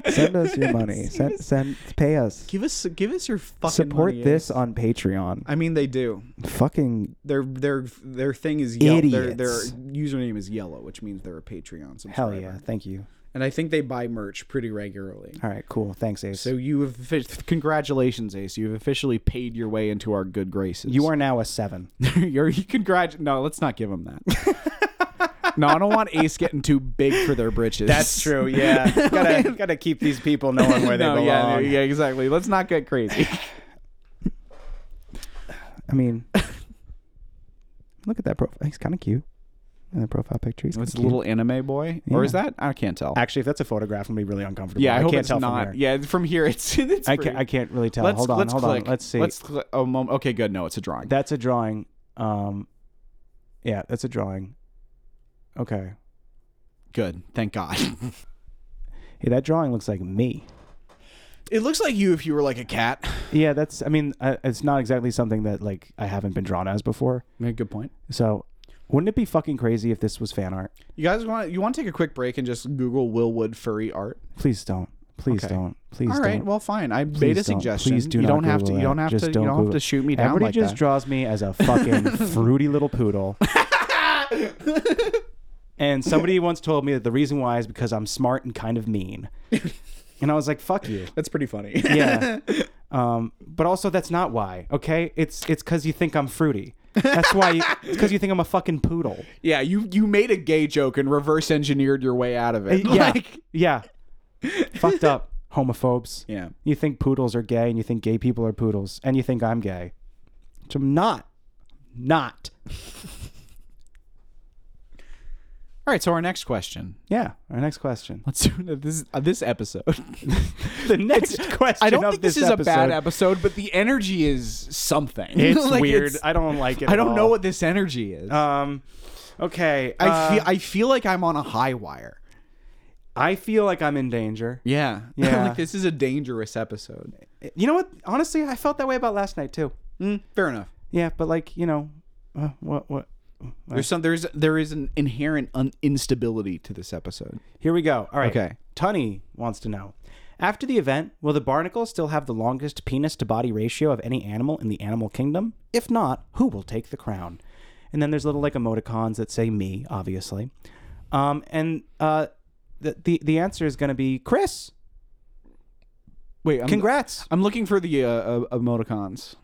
A: send us your money send send pay us
B: Give us give us your fucking
A: support
B: money, Ace.
A: this on patreon
B: I mean, they do.
A: fucking
B: their their their thing is yellow. Their, their
A: Idiots.
B: username is yellow, which means they're a Patreon subscriber.
A: hell yeah thank you
B: And I think they buy merch pretty regularly.
A: all right cool thanks ace
B: So you have offi- congratulations, Ace. You have officially paid your way into our good graces.
A: you are now a seven
B: (laughs) you're you congrat. No, let's not give them that. (laughs) no, I don't want Ace getting too big for their britches.
A: (laughs) That's
B: (laughs)
A: true. Yeah, gotta gotta keep these people knowing where they
B: no,
A: belong.
B: yeah, yeah, exactly. Let's not get (laughs) crazy.
A: I mean, look at that profile. He's kind of cute. And the profile picture. He's
B: it's a
A: kinda
B: little anime boy, or is
A: Yeah.
B: that? I can't tell.
A: cute. Actually, if that's a photograph, I'm gonna be really uncomfortable.
B: yeah, I, hope
A: can't
B: it's
A: tell
B: not.
A: From here.
B: yeah, from here it's. (laughs) it's
A: I
B: pretty-
A: can't. I can't really tell.
B: Let's,
A: hold on.
B: let's
A: hold
B: click.
A: on. Let's see.
B: Let's cli- oh, mom. Okay, good. No, it's a drawing.
A: that's a drawing. Um, yeah, that's a drawing. Okay.
B: good.
A: (laughs)
B: Thank God.
A: Hey, that drawing looks like me.
B: it looks like you if you were like a cat.
A: Yeah, that's. I mean, uh, it's not exactly something that like I haven't been drawn as before.
B: good point.
A: So, wouldn't it be fucking crazy if this was fan art?
B: You guys want you want to take a quick break and just Google Willwood furry art.
A: Please don't. Please
B: Okay.
A: don't. Please
B: All
A: don't.
B: right, well, fine. I made a
A: don't.
B: suggestion.
A: Please do
B: you
A: not
B: don't have to.
A: Google
B: You don't
A: that.
B: have
A: Just
B: to.
A: don't
B: you don't have
A: Google
B: to
A: it.
B: shoot me down
A: Everybody
B: like
A: just
B: that. (laughs)
A: draws me as a fucking fruity little poodle. And
B: (laughs)
A: somebody once told me that the reason why is because I'm smart and kind of mean. and I was like, fuck you.
B: That's pretty funny.
A: (laughs) Yeah. Um, but also that's not why, okay? It's it's cuz you think I'm fruity. That's why you, it's cuz you think I'm a fucking poodle.
B: yeah, you you made a gay joke and reverse engineered your way out (laughs) of it.
A: (laughs) Yeah.
B: Like,
A: yeah. Fucked up homophobes.
B: yeah.
A: You think poodles are gay and you think gay people are poodles and you think I'm gay. Which I'm not. Not.
B: All right, so our next question.
A: Yeah. Our next
B: (laughs)
A: question.
B: Let's do this uh,
A: (laughs)
B: this episode.
A: The (laughs) next question
B: I don't
A: of
B: think this, is
A: episode.
B: a bad (laughs) episode, but the energy is something.
A: It's
B: (laughs) Like,
A: weird.
B: it's-
A: I don't like it.
B: I
A: at
B: don't know
A: all.
B: what this energy is.
A: Um, okay.
B: I
A: uh,
B: feel I feel like I'm on a high wire.
A: I feel like I'm in danger.
B: Yeah.
A: Yeah.
B: (laughs) like this is a dangerous episode.
A: You know what? Honestly, I felt that way about last night too.
B: Mm, Fair enough.
A: Yeah, but like you know, uh, what what?
B: There's some there's there is an inherent un- instability to this episode.
A: Here we go. All right.
B: Okay.
A: Tunny wants to know. After the event, will the barnacle still have the longest penis to body ratio of any animal in the animal kingdom? If not, who will take the crown? And then there's little like emoticons that say me, obviously. Um, and uh, the, the the answer is going to be Chris.
B: Wait, I'm,
A: Congrats.
B: I'm looking for the uh, uh, emoticons.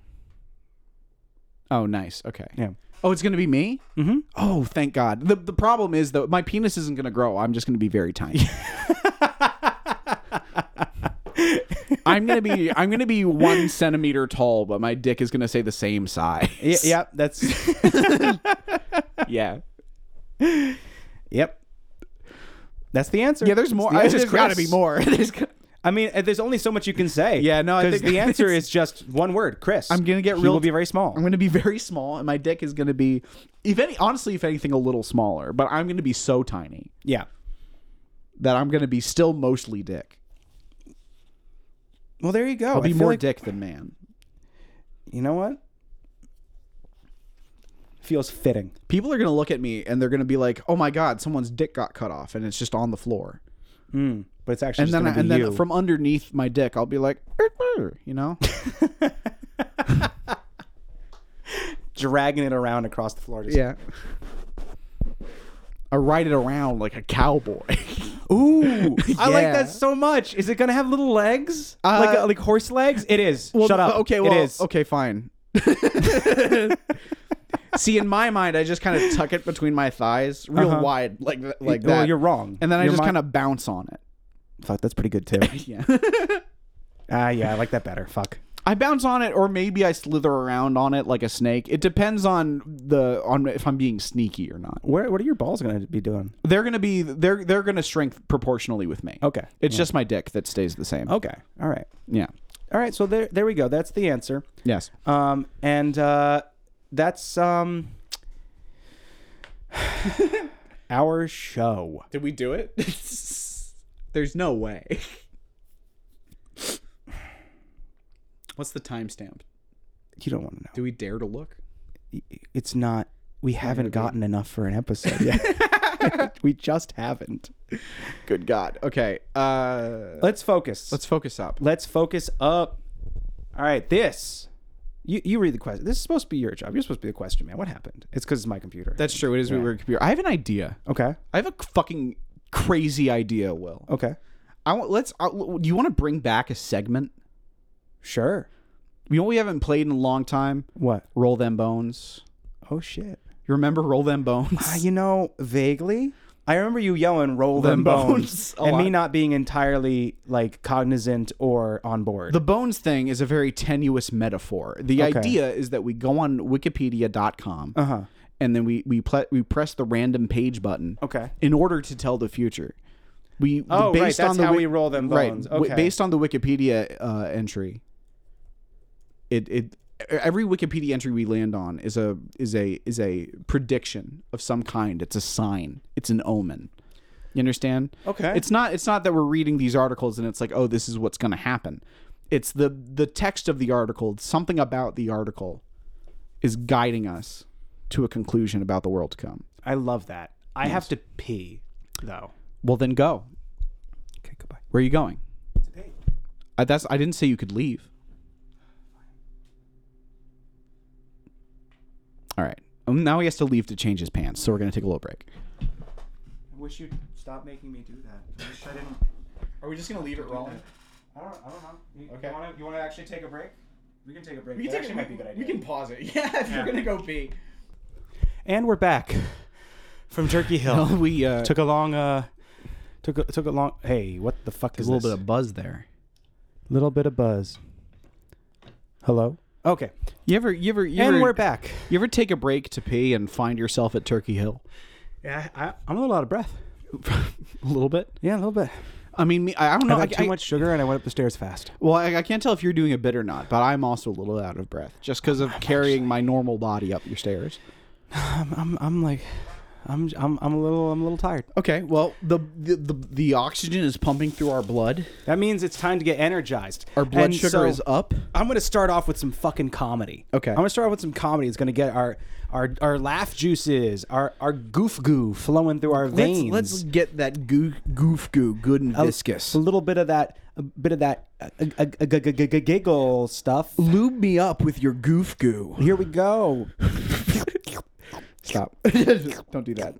B: Oh, nice. Okay.
A: Yeah.
B: (laughs) Oh, it's gonna be me. Mm-hmm. Oh, thank God. the The problem is though, my penis isn't gonna grow. I'm just gonna be very (laughs) tiny. I'm gonna be I'm gonna be one centimeter tall, but my dick is gonna say the same size.
A: Yeah, yeah, that's
B: (laughs) yeah.
A: (laughs) Yep. That's the answer.
B: Yeah, there's more.
A: The
B: I-
A: answer's
B: There's got to
A: Chris.
B: be (laughs) more. There's go-
A: I mean, uh, there's only so much you can say.
B: Yeah, no, I
A: 'Cause
B: think- (laughs)
A: the answer is just one word, Chris.
B: I'm gonna get
A: He
B: real-
A: will be very small.
B: I'm going to be very small, and my dick is going to be, if any, honestly, if anything, a little smaller. But I'm going to be so tiny
A: yeah.
B: that I'm going to be still mostly dick.
A: Well, there you go.
B: I'll be more
A: like,
B: dick than man.
A: You know what? Feels fitting.
B: People are going to look at me and they're going to be like, "Oh my god, someone's dick got cut off, and it's just on the floor."
A: Mm. But it's actually
B: And
A: just
B: then,
A: gonna
B: I,
A: be
B: and then
A: you.
B: from underneath my dick, I'll be like, "Er,
A: (laughs)
B: you know,
A: dragging it around across the floor. Just,
B: I ride it around like
A: (laughs)
B: a cowboy. (laughs)
A: Ooh, I like
B: Yeah.
A: that so much. Is it gonna have little legs?
B: Uh,
A: like uh, like horse legs? It is. Shut up.
B: Okay, well,
A: it is.
B: okay, fine.
A: (laughs)
B: (laughs) See, in my mind, I just kind of tuck it between my thighs, real
A: Uh-huh.
B: wide, like th- like
A: Well,
B: that.
A: you're wrong.
B: And then I
A: Your
B: just
A: mind-
B: kind of bounce on it.
A: fuck. That's pretty good too.
B: (laughs) Yeah,
A: (laughs) Ah, yeah, I like that better. Fuck.
B: I bounce on it, or maybe I slither around on it like a snake. It depends on the on if I'm being sneaky or not.
A: Where what are your balls gonna be doing?
B: They're gonna be they're they're gonna shrink proportionally with me.
A: Okay.
B: it's just my dick that stays the same.
A: Okay. All right.
B: yeah,
A: All right. So there, there we go. That's the answer.
B: yes.
A: Um, and uh, that's um, (sighs) our show.
B: Did we do it? (laughs) There's no way. (laughs) What's the timestamp?
A: You don't want to know.
B: Do we dare to look?
A: It's not. We haven't gotten enough for an episode
B: (laughs)
A: yet. (laughs) we just haven't.
B: Good God. Okay. Uh
A: Let's focus.
B: let's focus up.
A: let's focus up. All right. This. You, you read the question. This is supposed to be your job. You're supposed to be the question man. What happened? It's because it's my computer.
B: That's true. It is we were computer. I have an idea.
A: okay.
B: I have a fucking crazy idea, Will.
A: Okay.
B: I want let's I, do you want to bring back a segment?
A: Sure.
B: You know what we haven't played in a long time?
A: What?
B: Roll them bones.
A: Oh shit.
B: You remember Roll them bones?
A: (laughs) Uh, you know, vaguely. I remember you yelling "roll them,
B: Them
A: bones,", (laughs) Oh,
B: bones a
A: and me
B: lot.
A: not being entirely like cognizant or on board.
B: The bones thing is a very tenuous metaphor. The
A: Okay.
B: idea is that we go on wikipedia.com
A: Uh-huh.
B: and then we we, ple we press the random page button
A: Okay.
B: in order to tell the future. We
A: Oh, right,
B: based
A: that's
B: on the
A: how
B: wik-
A: we roll them bones.
B: Right, wi-
A: Okay.
B: based on the Wikipedia uh, entry. It it every Wikipedia entry we land on is a is a is a prediction of some kind. It's a sign. It's an omen. You understand?
A: Okay.
B: It's not it's not that we're reading these articles and it's like, oh, this is what's gonna happen. It's the the text of the article, something about the article is guiding us to a conclusion about the world to come.
A: I love that. I have to pee, though.
B: Well then go.
A: Okay, goodbye.
B: Where are you going? I, that's I didn't say you could leave. All right. Um, now he has to leave to change his pants, so we're gonna take a little break.
A: wish you'd stop making me do (laughs) that. I wish I didn't.
B: Are we just gonna leave it rolling?
A: I don't. I don't know. You,
B: Okay.
A: You want to? You want to actually take a break? We can take a break.
B: We can
A: That
B: take
A: actually might
B: it.
A: be a good idea.
B: We can pause it. (laughs) Yeah, if you're gonna go pee.
A: And we're back from Turkey (laughs) Hill.
B: (laughs) we uh,
A: took a long. Uh, took a, took a long. Hey, what the fuck is
B: a little
A: this?
B: bit of buzz there.
A: little bit of buzz. Hello. Okay.
B: You ever, you ever, you
A: and
B: ever,
A: we're back.
B: You ever take a break to pee and find yourself at Turkey Hill?
A: Yeah, I, I'm a little out of breath.
B: a little bit.
A: Yeah, a little bit.
B: I mean, me, I I don't know.
A: I
B: I,
A: got too
B: I-
A: much sugar and I went up the stairs fast.
B: Well, I, I can't tell if you're doing a bit or not, but I'm also a little out of breath just because of carrying my normal body up your stairs.
A: I'm, Um, I'm, I'm like, I'm, I'm, I'm a little, I'm a little tired.
B: Okay, well, the the, the the oxygen is pumping through our blood.
A: That means it's time to get energized.
B: Our blood
A: And
B: sugar
A: so-
B: is up.
A: I'm gonna start off with some fucking comedy.
B: Okay.
A: I'm gonna start off with some comedy. It's gonna get our our our laugh juices, our our goof goo flowing through our veins.
B: Let's, let's get that goo, goof goo good and viscous.
A: a little bit of that, a bit of that uh, uh, uh, g- g- g- g- giggle stuff.
B: Lube me up with your goof goo.
A: Here we go.
B: Stop. (laughs) Don't do that.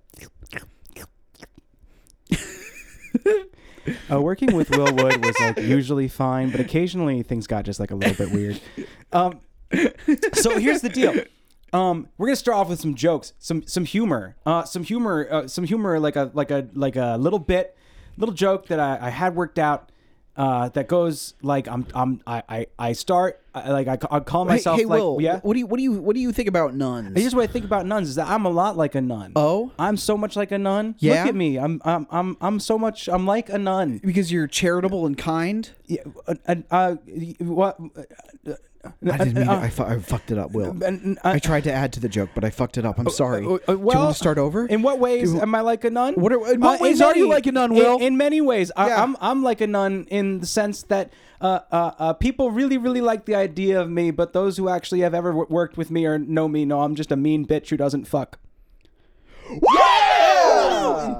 A: Uh, working with Will Wood was like usually fine, but occasionally things got just like a little bit weird. Um, so here's the deal. Um, we're gonna start off with some jokes, some some humor, uh, some humor, uh, some humor, like a like a like a little bit, little joke that I, I had worked out. Uh, that goes like I'm I'm I I, I start I, like I, ca- I call myself
B: hey, hey
A: like
B: Will,
A: yeah.
B: what do you what do you what do you think about nuns?
A: Here's what I think about nuns: is that I'm a lot like a nun.
B: Oh?
A: I'm so much like a nun.
B: Yeah?
A: look at me. I'm I'm I'm I'm so much. I'm like a nun.
B: because you're charitable and kind.
A: Yeah, uh, uh, uh, y- what? uh,
B: I didn't mean
A: uh,
B: it. I, fu- I fucked it up, Will.
A: and-
B: I tried to add to the joke, but I fucked it up. I'm sorry.
A: uh, uh,
B: Do you
A: well,
B: want to start over?
A: In what ways
B: Do-
A: am I like a nun? Uh,
B: What are- in what ways
A: in
B: are you like a nun,
A: in-
B: Will?
A: In, many ways, I,
B: Yeah.
A: I'm I'm like a nun in the sense that uh, uh, uh, people really really like the idea of me, but those who actually have ever w- worked with me or know me know I'm just a mean bitch who doesn't fuck.
B: in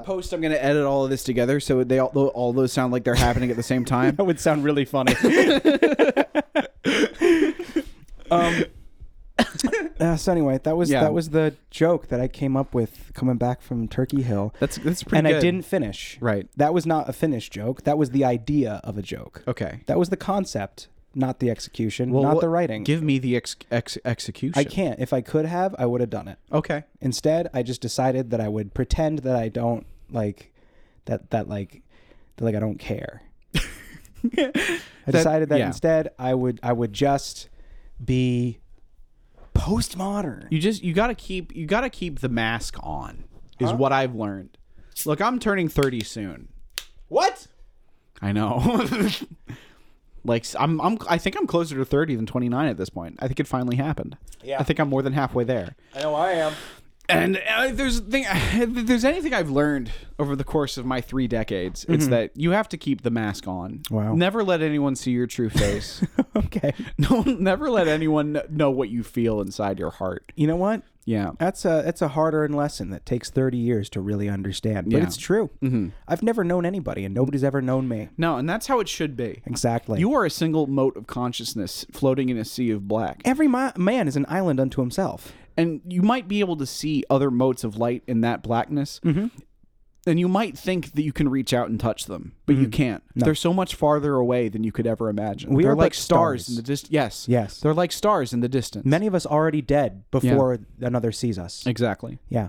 B: post, I'm going to edit all of this together so they all, all those sound like they're happening at the same (laughs) time.
A: That would sound really funny. (laughs)
B: (laughs)
A: um. uh, so anyway, that was
B: Yeah.
A: that was the joke that I came up with coming back from Turkey Hill.
B: That's that's pretty.
A: and I
B: good.
A: didn't finish.
B: Right.
A: That was not a finished joke. That was the idea of a joke.
B: Okay.
A: That was the concept, not the execution,
B: Well,
A: not
B: what-
A: the writing.
B: Give me the ex- ex- execution.
A: I can't. If I could have, I would have done it.
B: Okay.
A: Instead, I just decided that I would pretend that I don't like that that like that like I don't care. I decided (laughs) that
B: yeah.
A: instead I would I would just be postmodern.
B: You just you got to keep you got to keep the mask on. Is what I've learned. Look, I'm turning 30 soon.
A: what?
B: I know. (laughs) like s- I'm, I'm, I think I'm closer to 30 than 29 at this point. I think it finally happened.
A: Yeah.
B: I think I'm more than halfway there.
A: I know I am.
B: And uh, if there's a thing, (laughs) if there's anything I've learned over the course of my three decades, it's that you have to keep the mask on.
A: Mm-hmm. Wow.
B: Never let anyone see your
A: (laughs)
B: true face.
A: (laughs) Okay.
B: (laughs) no, never let anyone kn- know what you feel inside your heart.
A: You know what?
B: Yeah.
A: That's a that's a hard earned lesson that takes thirty years to really understand, but
B: Yeah.
A: it's true. Mm-hmm. I've never known anybody, and nobody's ever known me.
B: No, and that's how it should be.
A: Exactly.
B: You are a single mote of consciousness floating in a sea of black.
A: Every ma- man is an island unto himself.
B: and you might be able to see other motes of light in that blackness. And you might think that you can reach out and touch them, but you can't. They're so much farther away than you could ever imagine.
A: We
B: They're
A: are
B: like
A: but
B: stars,
A: stars.
B: in the distance. Yes.
A: Yes.
B: They're like stars in the distance.
A: Many of us already dead before another sees us.
B: exactly.
A: Yeah.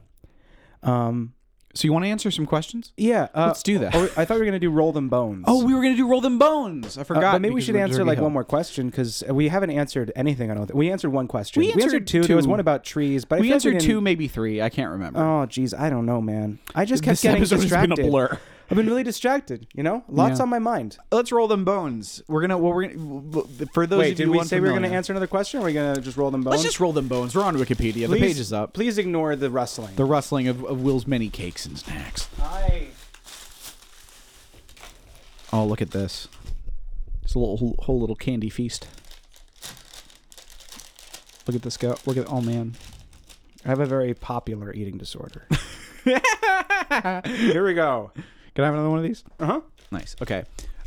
A: Um.
B: So you want to answer some questions?
A: Yeah. Uh,
B: Let's do that.
A: or- I thought we were gonna do roll them bones.
B: Oh, we were going to do roll them bones. I
A: Uh,
B: forgot.
A: but maybe we
B: because
A: should
B: we're
A: answer
B: Derby
A: like
B: Hill.
A: one more question because we haven't answered anything. I don't. Think. We answered one question.
B: We answered
A: two. There was
B: two.
A: one about trees, but I
B: We
A: feel like
B: answered
A: didn't-
B: two, maybe three. I can't remember.
A: Oh, geez, I don't know, man. I just kept
B: This
A: getting
B: episode has been a
A: distracted.
B: blur.
A: I've been really distracted. You know, lots
B: Yeah.
A: on my mind.
B: Let's roll them bones. We're gonna. Well, we're gonna. For those
A: Wait,
B: of
A: did
B: you
A: we say we were going to
B: unfamiliar-
A: answer another question? Or are we going to just roll them bones?
B: Let's just roll them bones. We're on Wikipedia. the
A: Please-
B: page is up.
A: Please ignore the rustling.
B: the rustling of, of Will's many cakes and snacks.
A: I
B: Oh, look at this. It's a little, whole, whole little candy feast. Look at this go. Look at, oh man.
A: I have a very popular eating
B: (laughs)
A: disorder. Here we go.
B: Can I have another one of these?
A: Uh huh.
B: Nice. Okay.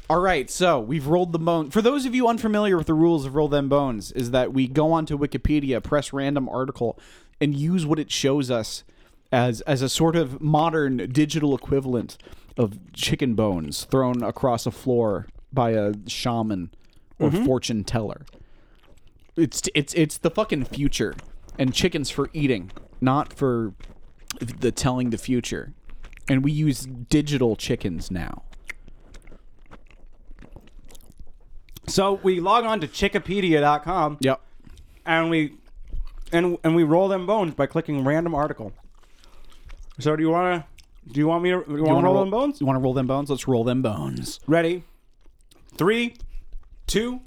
B: All right. So we've rolled the bone. For those of you unfamiliar with the rules of Roll Them Bones, is that we go onto Wikipedia, press random article, and use what it shows us as as a sort of modern digital equivalent of chicken bones thrown across a floor by a shaman or fortune teller. It's it's it's the fucking future, and chickens for eating, not for the telling the future. And we use digital chickens now.
A: So we log on to Chickapedia.com
B: Yep.
A: and we and and we roll them bones by clicking random article. So do you want to do you want me to you want to roll, them bones?
B: You want to roll them bones? Let's roll them bones.
A: Ready? Three, two,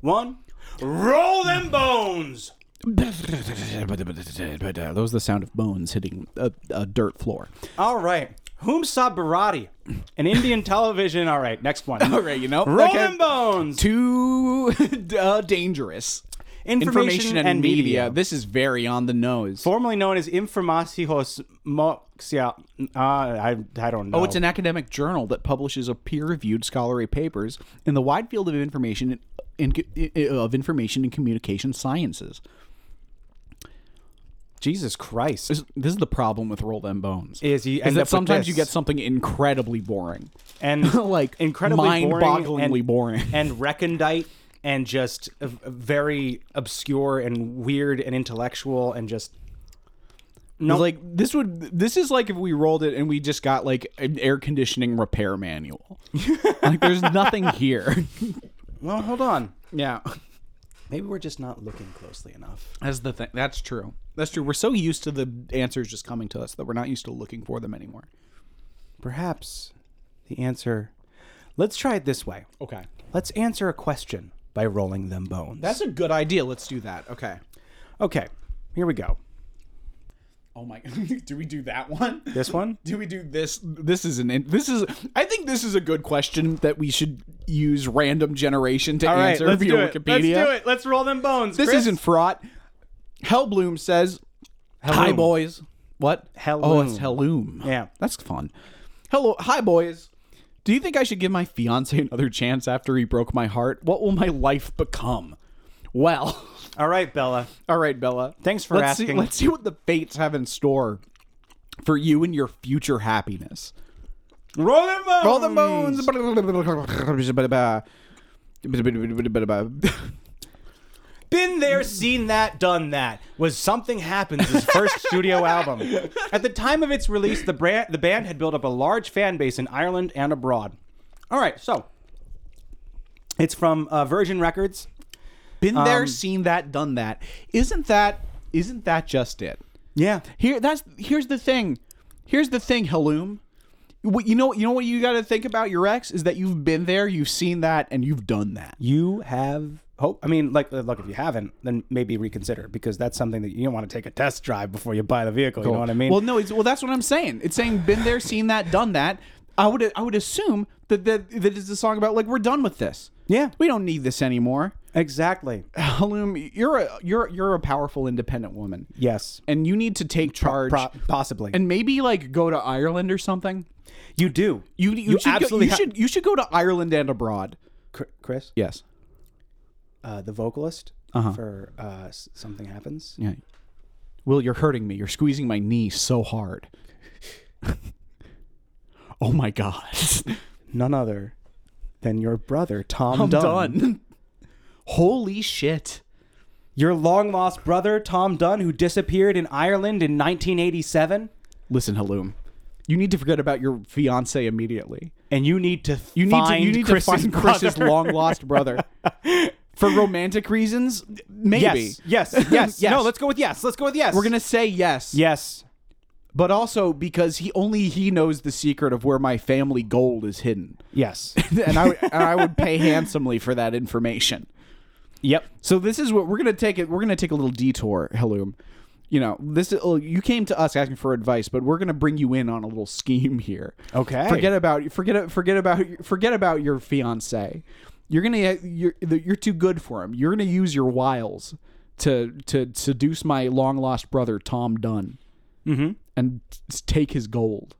A: one. Roll them bones.
B: That was the sound of bones hitting a, a dirt floor.
A: All right. Humsa Bharati, an Indian television. All right, next one.
B: (laughs) All right, you know,
A: Roll
B: okay.
A: them bones.
B: Too (laughs) uh, dangerous.
A: Information, and, media.
B: This is very on the nose.
A: Formerly known as Informacijos Moxia. Uh, I, I don't know.
B: Oh, it's an academic journal that publishes a peer-reviewed scholarly papers in the wide field of information in, in, of information and communication sciences.
A: Jesus Christ.
B: This, this is the problem with roll them bones.
A: Is you end
B: that
A: up with
B: sometimes you
A: this.
B: get something incredibly boring,
A: (laughs) and
B: like
A: incredibly boring and-
B: mind-bogglingly boring.
A: (laughs) and recondite and just uh, very obscure and weird and intellectual and just no
B: Like this would this is like if we rolled it and we just got like an air conditioning repair (laughs) manual. like there's nothing here.
A: well hold on
B: Yeah.
A: maybe we're just not looking closely enough
B: That's the thing. That's true. That's true. We're so used to the answers just coming to us that we're not used to looking for them anymore.
A: perhaps the answer let's try it this way
B: Okay.
A: let's answer a question by rolling them bones
B: That's a good idea. Let's do that. Okay.
A: okay here we go
B: Oh my (laughs) do we do that one?
A: this one
B: do we do this this is an in- this is I think this is a good question that we should use random generation to answer via Wikipedia.
A: let's do it let's roll them bones
B: This
A: Chris.
B: isn't fraught. Hellbloom says, "Hi
A: Helloom.
B: boys." What? Oh, it's
A: Helloom.
B: Helloom.
A: Yeah.
B: that's fun. Hello, hi boys. Do you think I should give my fiance another chance after he broke my heart? What will my life become? Well, (laughs)
A: all right bella
B: all right, Bella.
A: Thanks for
B: let's See,
A: asking.
B: let's see what the fates have in store for you and your future happiness.
A: roll them bones
B: Roll the bones.
A: (laughs) Been there, seen that, done that was Something Happens' his (laughs) first studio album. At the time of its release, the brand, the band had built up a large fan base in Ireland and abroad. All right, so it's from uh, Virgin Records.
B: Been there,
A: Um,
B: seen that, done that. Isn't that isn't that just it?
A: Yeah,
B: Here that's here's the thing. Here's the thing, Halloom. What you know you know what you got to think about your ex is that you've been there, you've seen that and you've done that.
A: you have hope. I mean, like, uh, look, if you haven't, then maybe reconsider because that's something that you don't want to take a test drive before you buy the vehicle. You know what I mean?
B: Well, no, it's well that's what I'm saying. It's saying been there, seen that, done that. I would I would assume that that, that is a song about like we're done with this.
A: yeah,
B: We don't need this anymore.
A: exactly.
B: Halloom, you're a you're you're a powerful independent woman.
A: Yes,
B: And you need to take charge
A: Pro- possibly.
B: and maybe like go to Ireland or something.
A: you do.
B: You you, should
A: absolutely
B: go, you
A: ha-
B: should you should go to Ireland and abroad.
A: Cr- Chris.
B: Yes.
A: uh, the vocalist for uh, S- Something Happens.
B: Yeah. Will, you're hurting me. You're squeezing my knee so hard. (laughs) oh my god.
A: None other than your brother, Tom
B: (laughs) I'm
A: Dunn.
B: done. (laughs) Holy shit.
A: Your long lost brother, Tom Dunn, who disappeared in Ireland in 1987.
B: Listen, Halloom. You need to forget about your fiance immediately.
A: And you need to
B: You need
A: find
B: to you need
A: Chris's
B: to find Chris's
A: brother. (laughs)
B: long lost brother. (gasps) For romantic reasons, maybe.
A: Yes, yes, yes, (laughs)
B: Yes.
A: No, let's go with yes. Let's go with yes.
B: We're gonna say yes.
A: yes.
B: But also because he only he knows the secret of where my family gold is hidden.
A: (laughs) Yes.
B: and I and I would (laughs) pay handsomely for that information.
A: yep.
B: So this is what we're gonna take it. We're gonna take a little detour, Halum. You know, this is, oh, you came to us asking for advice, but we're gonna bring you in on a little scheme here.
A: Okay.
B: Forget about forget forget about forget about your fiance. You're gonna you're you're too good for him. You're gonna use your wiles to to seduce my long lost brother Tom Dunn, mm-hmm. and s- take his gold.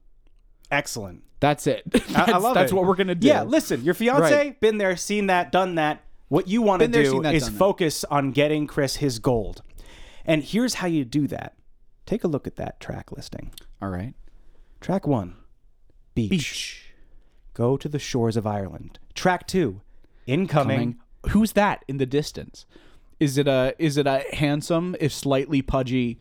A: Excellent.
B: That's it. That's,
A: I- I love
B: That's
A: it.
B: what we're gonna do.
A: Yeah, listen, your fiance
B: Right.
A: been there, seen that, done that. What you want to
B: Been there,
A: do
B: seen that,
A: is
B: done that.
A: focus on getting Chris his gold. And here's how you do that. Take a look at that track listing.
D: All right.
A: Track one, beach. Go to the shores of Ireland. Track two, incoming.
D: Coming.
B: Who's that in the distance? Is it a is it a handsome if slightly pudgy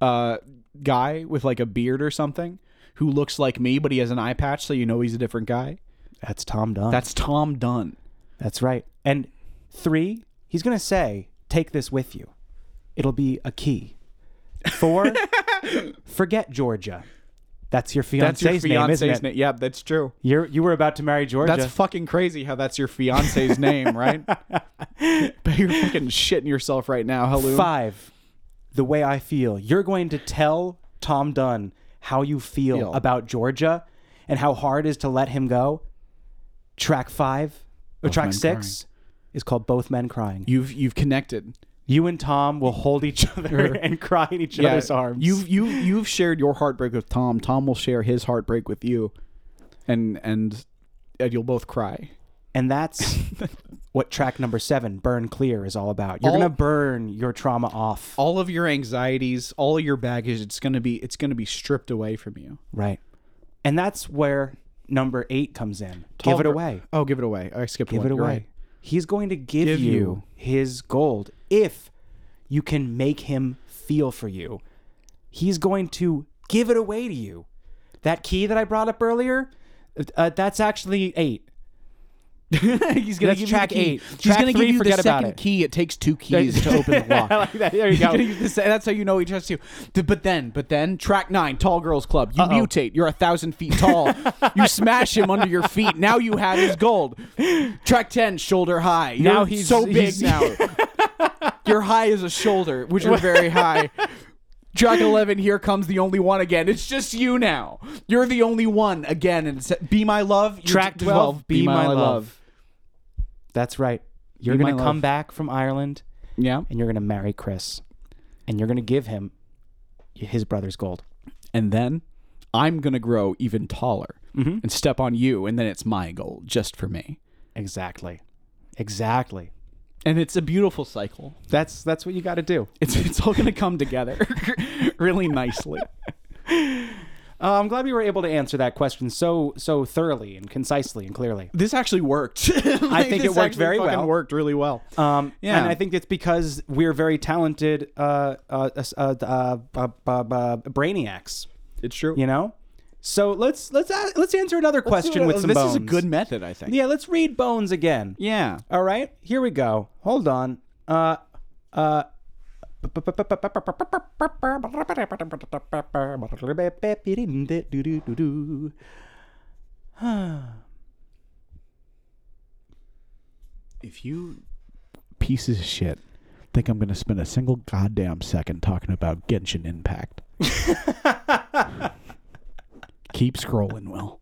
B: uh, guy with like a beard or something who looks like me but he has an eye patch so you know he's a different guy?
A: That's Tom Dunn.
B: That's Tom Dunn.
A: That's right. And three, he's gonna say, "Take this with you. It'll be a key."
B: (laughs)
A: Four, forget Georgia. That's your
B: That's
A: fiance's,
B: your
A: name, isn't
B: fiance's
A: it?
B: name. Yeah, that's true.
A: You're you were about to marry Georgia.
B: That's fucking crazy how that's your fiance's name, right? (laughs) but you're fucking shitting yourself right now, Hello.
A: Five, the way I feel. You're going to tell Tom Dunn how you feel,
D: Feel.
A: about Georgia and how hard it is to let him go. Track five or track
D: Men
A: six is called Both Men Crying. You,
B: You've you've connected.
A: and Tom will hold each (laughs) other and cry in each other's arms.
B: You've you you've shared your heartbreak with Tom. Tom will share his heartbreak with you, and and and you'll both cry.
A: and
B: (laughs)
A: that's what track number seven, Burn Clear, is all about. You're
B: All-
A: gonna burn your trauma off.
B: All of your anxieties, all of your baggage, it's gonna be it's gonna be stripped away from you.
A: right. And that's where number eight comes in. Give it
B: Tall gr-
A: away.
B: Oh, give it away. I skipped
A: give
B: one.
A: it
B: You're
A: away.
B: right.
A: He's going to give,
B: Give
A: you,
B: you.
A: his gold if you can make him feel for you. He's going to give it away to you. That key that I brought up earlier, uh, that's actually
B: (laughs)
A: eight.
B: He's gonna
A: That's
B: give
A: track
B: you the key.
A: eight.
B: He's
A: Track
B: gonna
A: three,
B: give you
A: forget
B: the
A: about
B: second
A: it.
B: key. It takes (laughs) two keys to open the lock.
A: There
B: (laughs)
A: you
B: He's gonna use the sa- that's how you know he trusts you. Th- But then, but then, track nine, Tall Girls Club. You mutate. You're a thousand feet
A: (laughs)
B: tall. you smash him under your feet. Now you have his gold. Track ten, Shoulder High. You're
A: Now he's-
B: so
A: (laughs)
B: big
A: he's-
B: now. You're high as a shoulder, which are very high. Track eleven, Here Comes the Only One again. It's just you now. You're the only one again. And it's- Be My Love. You're
A: Track 12, Be, My, love.
B: love.
A: That's right. You're
B: Be
A: going to
B: My
A: come
B: Love.
A: back from Ireland
B: Yeah.
A: and you're going to marry Chris and you're going to give him his brother's gold.
B: and then I'm gonna grow even taller and step on you, and then it's my goal just for me.
A: Exactly. Exactly.
B: And it's a beautiful cycle.
A: That's that's what you got to do.
B: It's (laughs) it's all gonna come together (laughs) really nicely.
A: Uh, I'm glad we were able to answer that question so so thoroughly and concisely and clearly.
B: This actually (laughs) worked. I
A: think it worked very well.
B: Worked really well.
A: Um,
B: Yeah.
A: And I think it's because we're very talented uh, uh, uh, uh, uh, uh, uh, uh, brainiacs,
B: it's true.
A: you know. So let's let's a let's answer another question with some
B: this
A: bones.
B: is a good method, I think.
A: Yeah, let's read bones again.
B: Yeah.
A: All right, here we go. Hold on. Uh, uh.
B: If you pieces of shit think I'm gonna spend a single goddamn second talking about Genshin (laughs) Impact, keep scrolling, Will.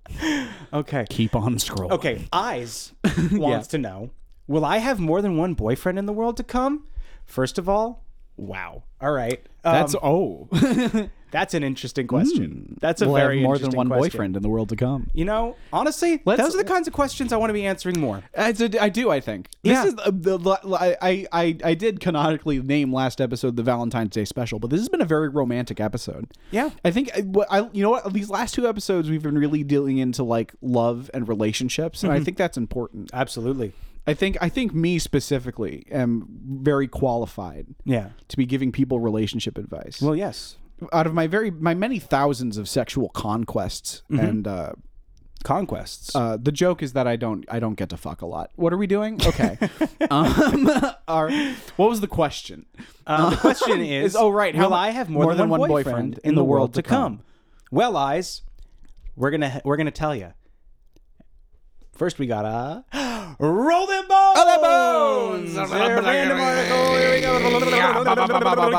A: Okay.
B: Keep on scrolling.
A: Okay,
B: (laughs)
A: eyes wants to know: Will I have more than one boyfriend in the world to come? First of all, wow. All right, Um,
B: That's (laughs) oh.
A: that's an interesting question. That's a
B: we'll
A: very
B: have more than
A: interesting
B: one
A: question.
B: boyfriend in the world to come.
A: You know, honestly,
B: Let's-
A: those are the kinds of questions I want to be answering more.
B: I, did- I do. I think
A: Yeah.
B: this is uh, the, the, the I, I I did canonically name last episode the Valentine's Day special, but this has been a very romantic episode.
A: Yeah.
B: I think I, what I you know what these last two episodes we've been really dealing into like love and relationships, and I think that's important.
A: Absolutely.
B: I think I think me specifically am very qualified
A: Yeah.
B: to be giving people relationship advice.
A: Well, yes.
B: out of my very my many thousands of sexual conquests and uh,
A: Conquests.
B: Uh, the joke is that I don't I don't get to fuck a lot. What are we doing?
A: (laughs)
B: Okay. um, (laughs) our, what was the question?
A: Um, the question (laughs) is:
B: oh, right, how
A: Will
B: mu-
A: I have more, than, one boyfriend, in the world to come? Well, eyes, we're gonna we're gonna tell you. First, we gotta (gasps) roll them bones. Roll Oh, them bones. (laughs) Random article. Here we go.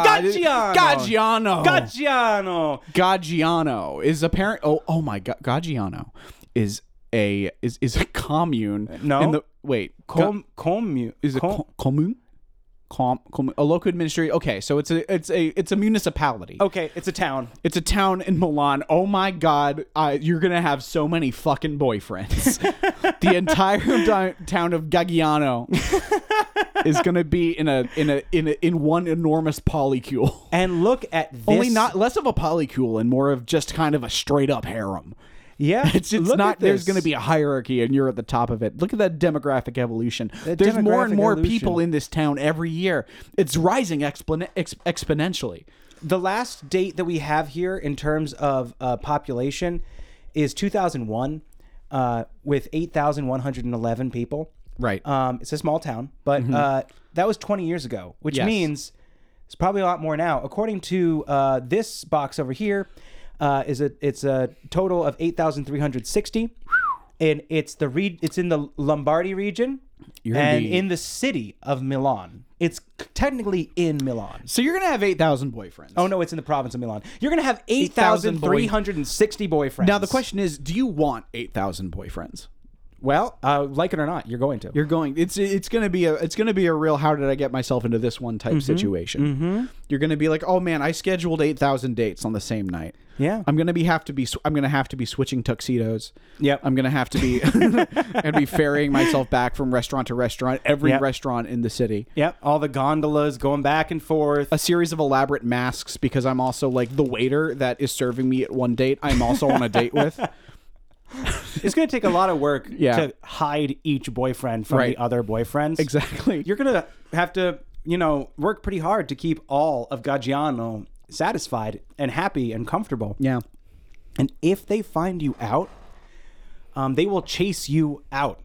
A: Gaggiano.
B: Gaggiano.
A: Gaggiano.
B: Gaggiano is apparent. Oh, oh my God. Gaggiano is a is is a commune.
A: Uh, No.
B: In the, wait.
A: Com, commu,
B: is it
A: com,
B: commune? com, com, a local administration. Okay, so it's a it's a it's a municipality.
A: Okay, it's a town.
B: It's a town in Milan. Oh my god, uh, you're gonna have so many
A: (laughs)
B: fucking boyfriends. the entire di- town of Gaggiano is gonna be in a in a in a, in one enormous polycule.
A: And look at this.
B: Only not less of a polycule and more of just kind of a straight up harem.
A: (laughs) Yeah,
B: It's, it's
A: look
B: not
A: at
B: there's
A: this.
B: going to be a hierarchy and you're at the top of it. Look at that demographic evolution.
A: That
B: there's more
A: demographic
B: and more
A: evolution.
B: people in this town every year. It's rising expon- ex- exponentially.
A: the last date that we have here in terms of uh, population is 2001 uh, with 8,111 people.
B: Right. Mm-hmm.
A: Um, it's a small town, but uh, that was 20 years ago, which
B: Yes.
A: means it's probably a lot more now. According to uh, this box over here, uh, is a it's a total of 8,360, and it's the re- it's in the Lombardy region.
B: You're gonna
A: and
B: be-
A: in the city of Milan, it's technically in Milan.
B: so you're going to have 8,000 boyfriends.
A: Oh no, it's in the province of Milan. You're gonna have eight thousand three hundred and sixty boyfriends.
B: Now the question is, do you want 8,000 boyfriends?
A: well, uh, like it or not, you're going to.
B: You're going it's it's going to be a it's going to be a real how did I get myself into this one
A: Mm-hmm.
B: type situation. You're going to be like, "Oh man, I scheduled 8,000 dates on the same night."
A: yeah,
B: I'm gonna be have to be sw- I'm gonna have to be switching tuxedos.
A: Yep.
B: I'm gonna have
A: (laughs)
B: to be (laughs) and be ferrying myself back from restaurant to restaurant, every
A: Yep.
B: restaurant in the city.
A: yep. All the gondolas going back and
B: (laughs)
A: forth.
B: A series of elaborate masks because I'm also like the waiter that is serving me at one date. I'm also on a date
A: (laughs)
B: with.
A: It's gonna take a lot of work
B: (laughs) Yeah.
A: to hide each boyfriend from
B: Right.
A: the other boyfriends.
B: Exactly.
A: You're gonna have to, you know, work pretty hard to keep all of Gaggiano satisfied and happy and comfortable.
B: yeah.
A: And if they find you out, um, they will chase you out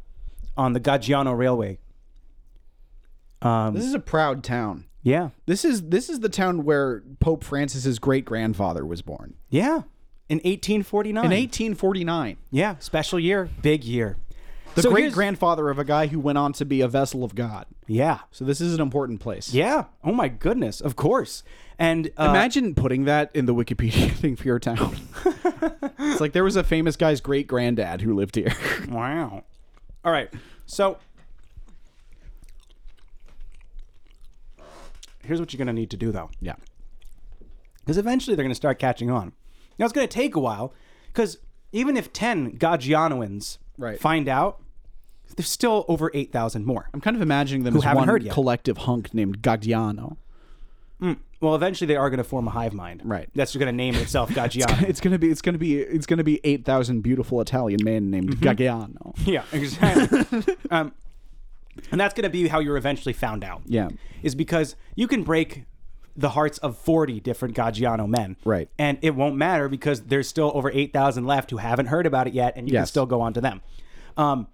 A: on the Gaggiano Railway. Um,
B: This is a proud town.
A: Yeah.
B: This is this is the town where Pope Francis's great grandfather was born.
A: Yeah. In 1849.
B: In 1849.
A: Yeah. Special year. Big year.
B: The
A: So
B: great
A: here's-
B: grandfather of a guy who went on to be a vessel of God.
A: Yeah.
B: So this is an important place.
A: Yeah. Oh my goodness. Of course. And uh,
B: Imagine putting that in the Wikipedia (laughs) thing for
A: (laughs)
B: your town. it's like there was a famous guy's great granddad who lived here. (laughs)
A: Wow. All right. So here's what you're going to need to do, though.
B: yeah.
A: Because eventually they're going to start catching on. Now, it's going to take a while. Because even if 10 Gaggianoans
B: Right.
A: find out, there's still over 8,000 more.
B: I'm kind of imagining them as
A: haven't
B: one
A: heard yet.
B: collective hunk named Gaggiano. (laughs)
A: Well, eventually they are going to form a hive mind.
B: Right.
A: That's going to name
B: (laughs)
A: itself Gaggiano.
B: It's gonna be it's gonna be it's gonna be eight thousand beautiful Italian men named
A: Mm-hmm.
B: Gaggiano.
A: (laughs) Yeah, exactly. um, and that's going to be how you're eventually found out.
B: Yeah.
A: Is because you can break the hearts of 40 different Gaggiano men.
B: Right.
A: And it won't matter because there's still over 8,000 left who haven't heard about it yet, and you can
B: Yes.
A: still go on to them. Um,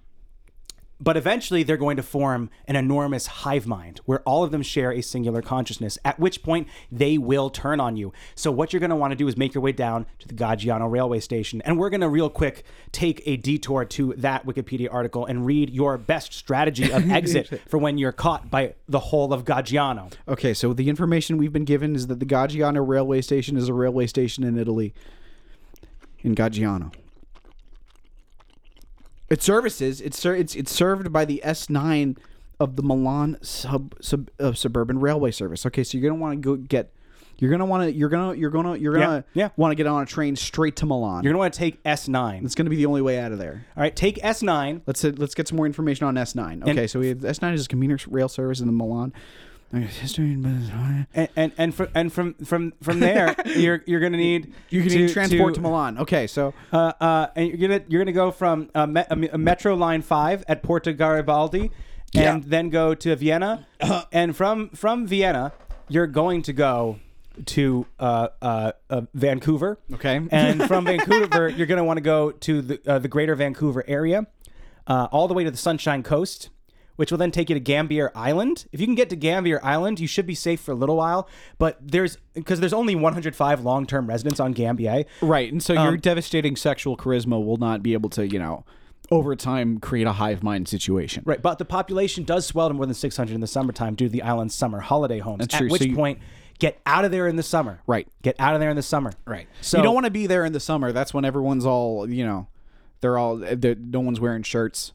A: but eventually they're going to form an enormous hive mind where all of them share a singular consciousness, at which point they will turn on you. So, what you're going to want to do is make your way down to the Gaggiano railway station. And we're going to, real quick, take a detour to that Wikipedia article and read your best strategy of
B: (laughs)
A: exit for when you're caught by the whole of Gaggiano.
B: Okay, so the information we've been given is that the Gaggiano railway station is a railway station in Italy. In Gaggiano. It services it's ser- it's it's served by the S9 of the Milan sub sub uh, suburban railway service. Okay, so you're going to want to go get you're going to want to you're going to you're going to you're going to
A: yeah.
B: want to get on a train straight to Milan.
A: You're going to want to take S9.
B: it's going to be the only way out of there.
A: All right, take S9.
B: Let's say, let's get some more information on S9. Okay, so we have S9 is a commuter rail service in the Milan. Okay, history uh, and
A: And, and and from and from from from there you're you're gonna need
B: You can
A: to-
B: transport to, Milan. Okay, so
A: uh, uh, and you're gonna you're gonna go from uh, me- uh, me- uh, Metro Line Five at Porto Garibaldi, and
B: Yeah.
A: then go to Vienna, and from from Vienna you're going to go to uh, uh, uh, Vancouver.
B: (laughs) Okay.
A: and from Vancouver you're gonna want to go to the uh, the Greater Vancouver area, uh, all the way to the Sunshine Coast. Which will then take you to Gambier Island. If you can get to Gambier Island, you should be safe for a little while. But there's because there's only 105 long-term residents on Gambier.
B: right, and so your devastating sexual charisma will not be able to, you know, over time create a hive mind situation.
A: Right, but the population does swell to more than 600 in the summertime due to the island's summer holiday homes. At
B: true. So
A: which
B: you-
A: point, get out of there in the summer.
B: Right.
A: Get out of there in the summer.
B: Right.
A: So
B: So you don't want to be there in the eh, summer. That's when everyone's all, you know, they're all they're, no one's wearing shirts.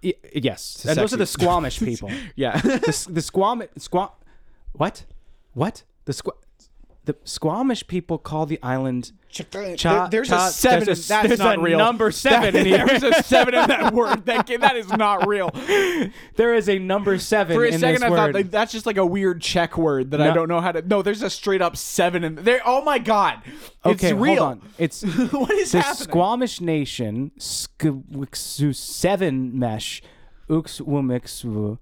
A: Y- yes, and those
E: sexy-
A: are the Squamish
B: (laughs)
A: people.
E: Yeah.
A: the, s- the Squamish Squam, what, what the Squ- the Squamish people call the island. Cha-
B: there's
A: cha-
B: a seven.
A: there's a-
B: that's
A: there's
B: not
A: a
B: real. (laughs)
A: number seven in
B: That-
A: here.
B: There's a seven in (laughs) that word. That ca- that is not (laughs) real.
A: There is a number seven
B: For a
A: in
B: second,
A: this
B: I
A: word.
B: thought like, that's just like a weird Czech word that I
A: No.
B: don't know how to. No, there's a straight up seven in there. Oh my god,
A: okay,
B: it's real.
A: hold on.
B: (laughs)
A: It's
B: What is
A: the
B: happening?
A: Squamish nation, Skwixu seven mesh, Uxwumixu,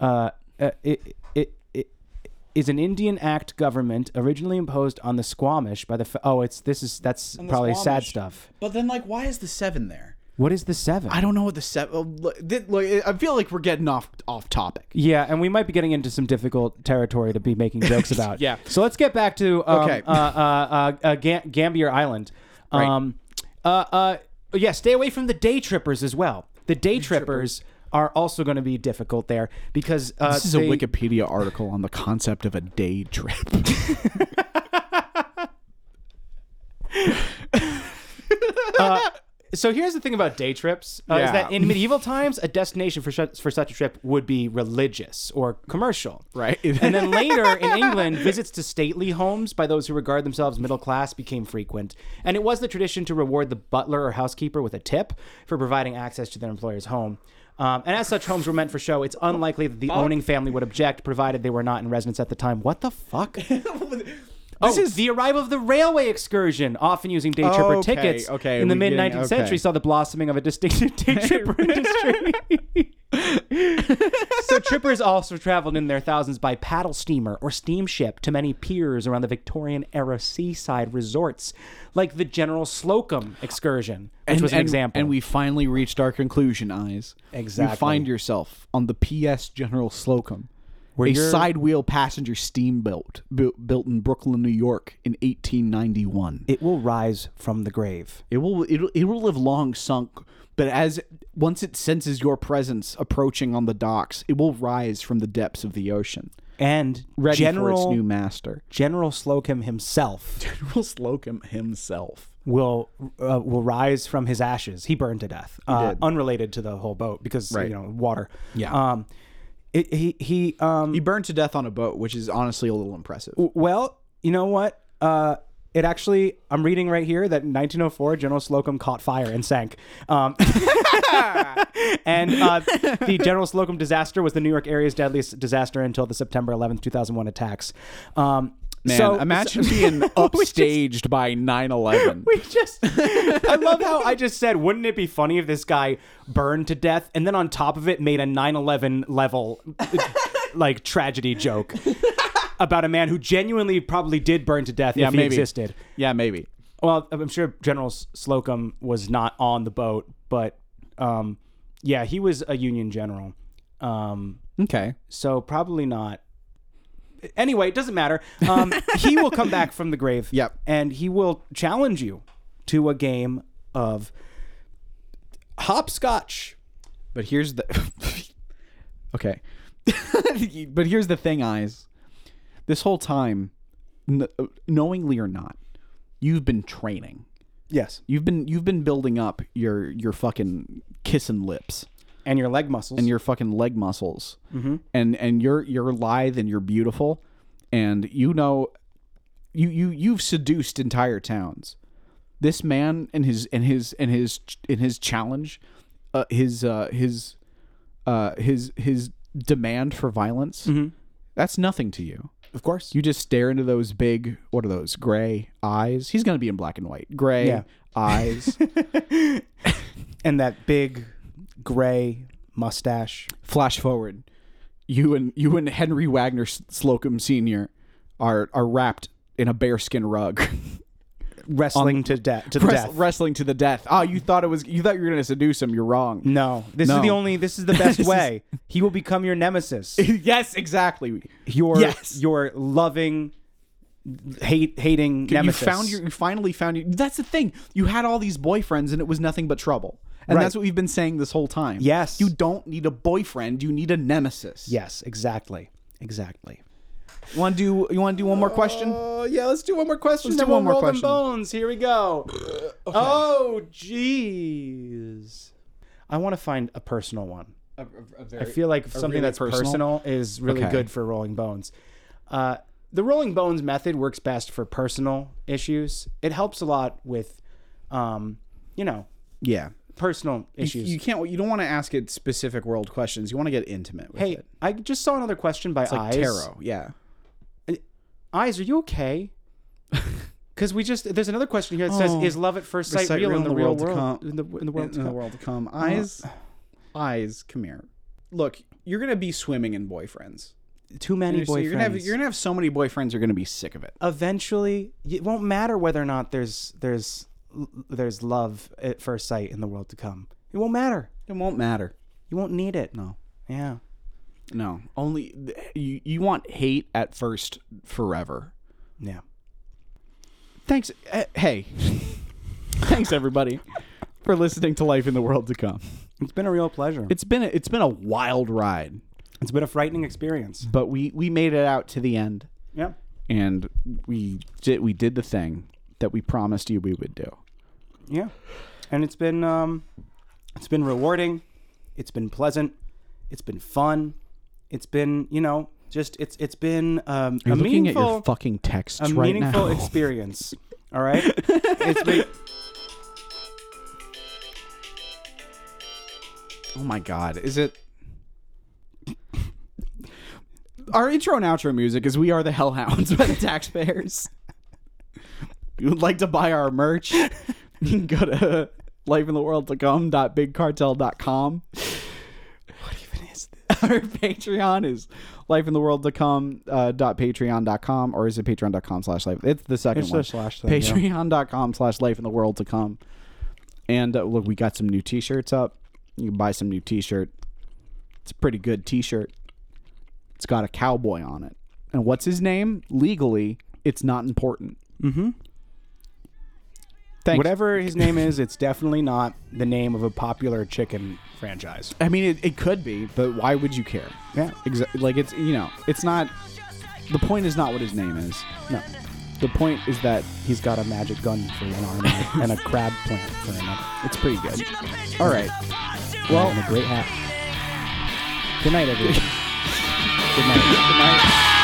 A: uh, uh, it, it, it is an Indian Act government originally imposed on the Squamish by the. F- oh, it's this is that's
E: the
A: probably sad
E: Squamish.
A: stuff.
E: But then, like, why is the seven there?
A: What is the seven?
B: I don't know what the seven. oh, Look, thi- look, I feel like we're getting off off topic.
A: Yeah, and we might be getting into some difficult territory to be making jokes
B: (laughs)
A: about.
B: Yeah.
A: So let's get back to um,
E: Okay.
A: uh, uh, uh, uh, Ga- Gambier Island. Um, uh, uh, yeah, stay away from the day trippers as well. The day trippers are also going to be difficult there because uh,
B: This is
A: they-
B: a Wikipedia article on the concept of a day trip.
A: So here's the thing about day trips uh, is
B: Yeah.
A: that in medieval times, a destination for such, for such a trip would be religious or commercial.
B: Right. (laughs)
A: and then later in England, visits to stately homes by those who regard themselves middle class became frequent. And it was the tradition to reward the butler or housekeeper with a tip for providing access to their employer's home. Um, and as such homes were meant for show, it's unlikely that the owning family would object, provided they were not in residence at the time. What the fuck? This is the arrival of the railway excursion, often using day tripper
E: Okay,
A: tickets.
E: okay,
A: in the
E: we
A: mid
E: getting-
A: 19th century,
E: okay.
A: saw the blossoming of a distinctive (laughs) day tripper industry. (laughs) so trippers also traveled in their thousands by paddle steamer or steamship to many piers around the Victorian era seaside resorts, like the General Slocum excursion, which was an example.
B: And we finally reached our conclusion, eyes.
A: Exactly.
B: You find yourself on the PS General Slocum, a
A: you're-
B: side wheel passenger steamboat bu- built in Brooklyn, New York in 1891. It,
A: it will rise from the grave.
B: will it, it will live long sunk, but as once it senses your presence approaching on the docks, it will rise from the depths of the ocean,
A: And
B: ready
A: General
B: for its new (laughs) master.
A: General Slocum himself
B: General Slocum himself.
A: will uh, will rise from his ashes. He burned to death, uh,
B: did.
A: unrelated to the whole boat because
B: Right.
A: you know water.
B: Yeah.
A: Um, it, he he um.
B: He burned to death on a boat, which is honestly a little impressive.
A: Well, you know what? Uh, it actually, I'm reading right here that in 1904, General Slocum caught fire and sank. Um, (laughs) and uh, the General Slocum disaster was the New York area's deadliest disaster until the September 11th, 2001 attacks. Um,
B: Man,
A: so,
B: imagine (laughs) being upstaged by (laughs) 9/11.
A: We just I love how I just said, wouldn't it be funny if this guy burned to death and then on top of it made a 9/11 level (laughs) like tragedy joke about a man who genuinely probably did burn to death if he existed.
B: Yeah, maybe.
A: Well, I'm sure General S- Slocum was not on the boat, but um yeah, he was a Union general. Um
B: Okay.
A: so probably not. Anyway, it doesn't matter. Um, he will come back from the grave.
B: Yep.
A: And he will challenge you to a game of hopscotch.
B: But here's the (laughs) Okay. (laughs) but here's the thing, eyes. This whole time, kn- knowingly or not, you've been training.
A: Yes.
B: You've been you've been building up your your fucking kissing lips
A: And your leg muscles.
B: and your fucking leg muscles. And and you're you're lithe and you're beautiful and you know you you you've seduced entire towns. This man and his and his and his in his challenge, uh, his uh, his uh, his his demand for violence. That's nothing to you.
A: of course.
B: You just stare into those big what are those gray eyes? He's gonna be in black and white. Gray
A: Yeah.
B: eyes,
A: and that big gray mustache.
B: flash forward you and you and henry wagner S- slocum senior are are wrapped in a bearskin rug (laughs)
A: Wrestling to, de- to
B: Wres-
A: death.
B: wrestling to the death oh you thought it was you thought you were gonna seduce him you're wrong
A: no. This is
B: No.
A: the only this is the best way. He will become your nemesis.
B: (laughs) yes exactly
A: Your
B: Yes.
A: your loving hate hating nemesis.
B: you found your you finally found your that's the thing you had all these boyfriends and it was nothing but trouble and
A: Right.
B: that's what we've been saying this whole time
A: Yes.
B: you don't need a boyfriend you need a nemesis
A: Yes, exactly. Exactly.
B: you want to do you want to do one more question
A: Oh yeah, let's do one more question.
B: Let's
A: then
B: do one
A: we'll roll
B: more
A: them (sighs)
B: question.
A: bones. Here we go. Oh jeez. I want to find a personal one.
B: A, a- a very,
A: I feel like something
B: really
A: that's personal, is really
B: Okay.
A: good for Rolling Bones. Uh, the Rolling Bones method works best for personal issues. It helps a lot with, um, you know,
B: yeah.
A: personal issues.
B: You can't. You don't want to ask it specific world questions. You want to get intimate with
A: hey,
B: it.
A: I just saw another question by
B: Like
A: Eyes.
B: tarot. Yeah.
A: Eyes, are you (laughs) okay? Because we just there's another question here that says,
B: Oh.
A: "Is love at first sight, real, in the, real world? in, the, in the world to
B: in
A: come?
B: the
A: Uh,
B: world to come. Eyes, eyes, come here. Look, you're gonna be swimming in boyfriends.
A: Too many
B: You're, so
A: boyfriends.
B: you're gonna have you're gonna have so many boyfriends. You're gonna be sick of it.
A: eventually it won't matter whether or not there's there's there's love at first sight in the world to come. It won't matter.
B: It won't matter.
A: You won't need it.
B: No,
A: Yeah.
B: no. Only you. You want hate at first forever.
A: Yeah.
B: Thanks. eh, hey, (laughs) thanks everybody for listening to Life in the World to Come.
A: It's been a real pleasure.
B: It's been a, it's been a wild ride,
A: it's been a frightening experience.
B: but we we made it out to the end,
A: Yeah.
B: and we did we did the thing that we promised you we would do.
A: Yeah. And it's been um it's been rewarding. It's been pleasant. It's been fun. It's been, you know, just it's it's been um a
B: You're looking
A: meaningful
B: at your fucking texts
A: a
B: right
A: meaningful
B: now.
A: experience. All right? it's been
B: (laughs) Oh my god, is it? Our intro and outro music is "We Are the Hellhounds" (laughs) by the Taxpayers. If you would like to buy our merch? (laughs) You can go to lifeintheworldtocome.bigcartel.com. (laughs) Our Patreon is lifeintheworldtocome.patreon.com uh, dot patreon.com, or is it patreon.com slash life? It's the second
A: It's the
B: one.
A: slash thing, yeah.
B: Patreon.com slash life in the world to come. And uh, look, we got some new T-shirts up. You can buy some new T-shirt. It's a pretty good T-shirt. It's got a cowboy on it. And what's his name? Legally, it's not important. Mm-hmm. Thanks.
A: Whatever his name is, it's definitely not the name of a popular chicken franchise.
B: I mean, it, it could be, but why would you care?
A: Yeah.
B: Exactly. Like it's you know, it's not. The point is not what his name is.
A: No.
B: The point is that
A: He's got a magic gun for one arm and a- and a crab plant for another.
B: it's pretty good.
F: All right. Well,
A: And a great hat. Good night, everyone. Good night.
B: Good night.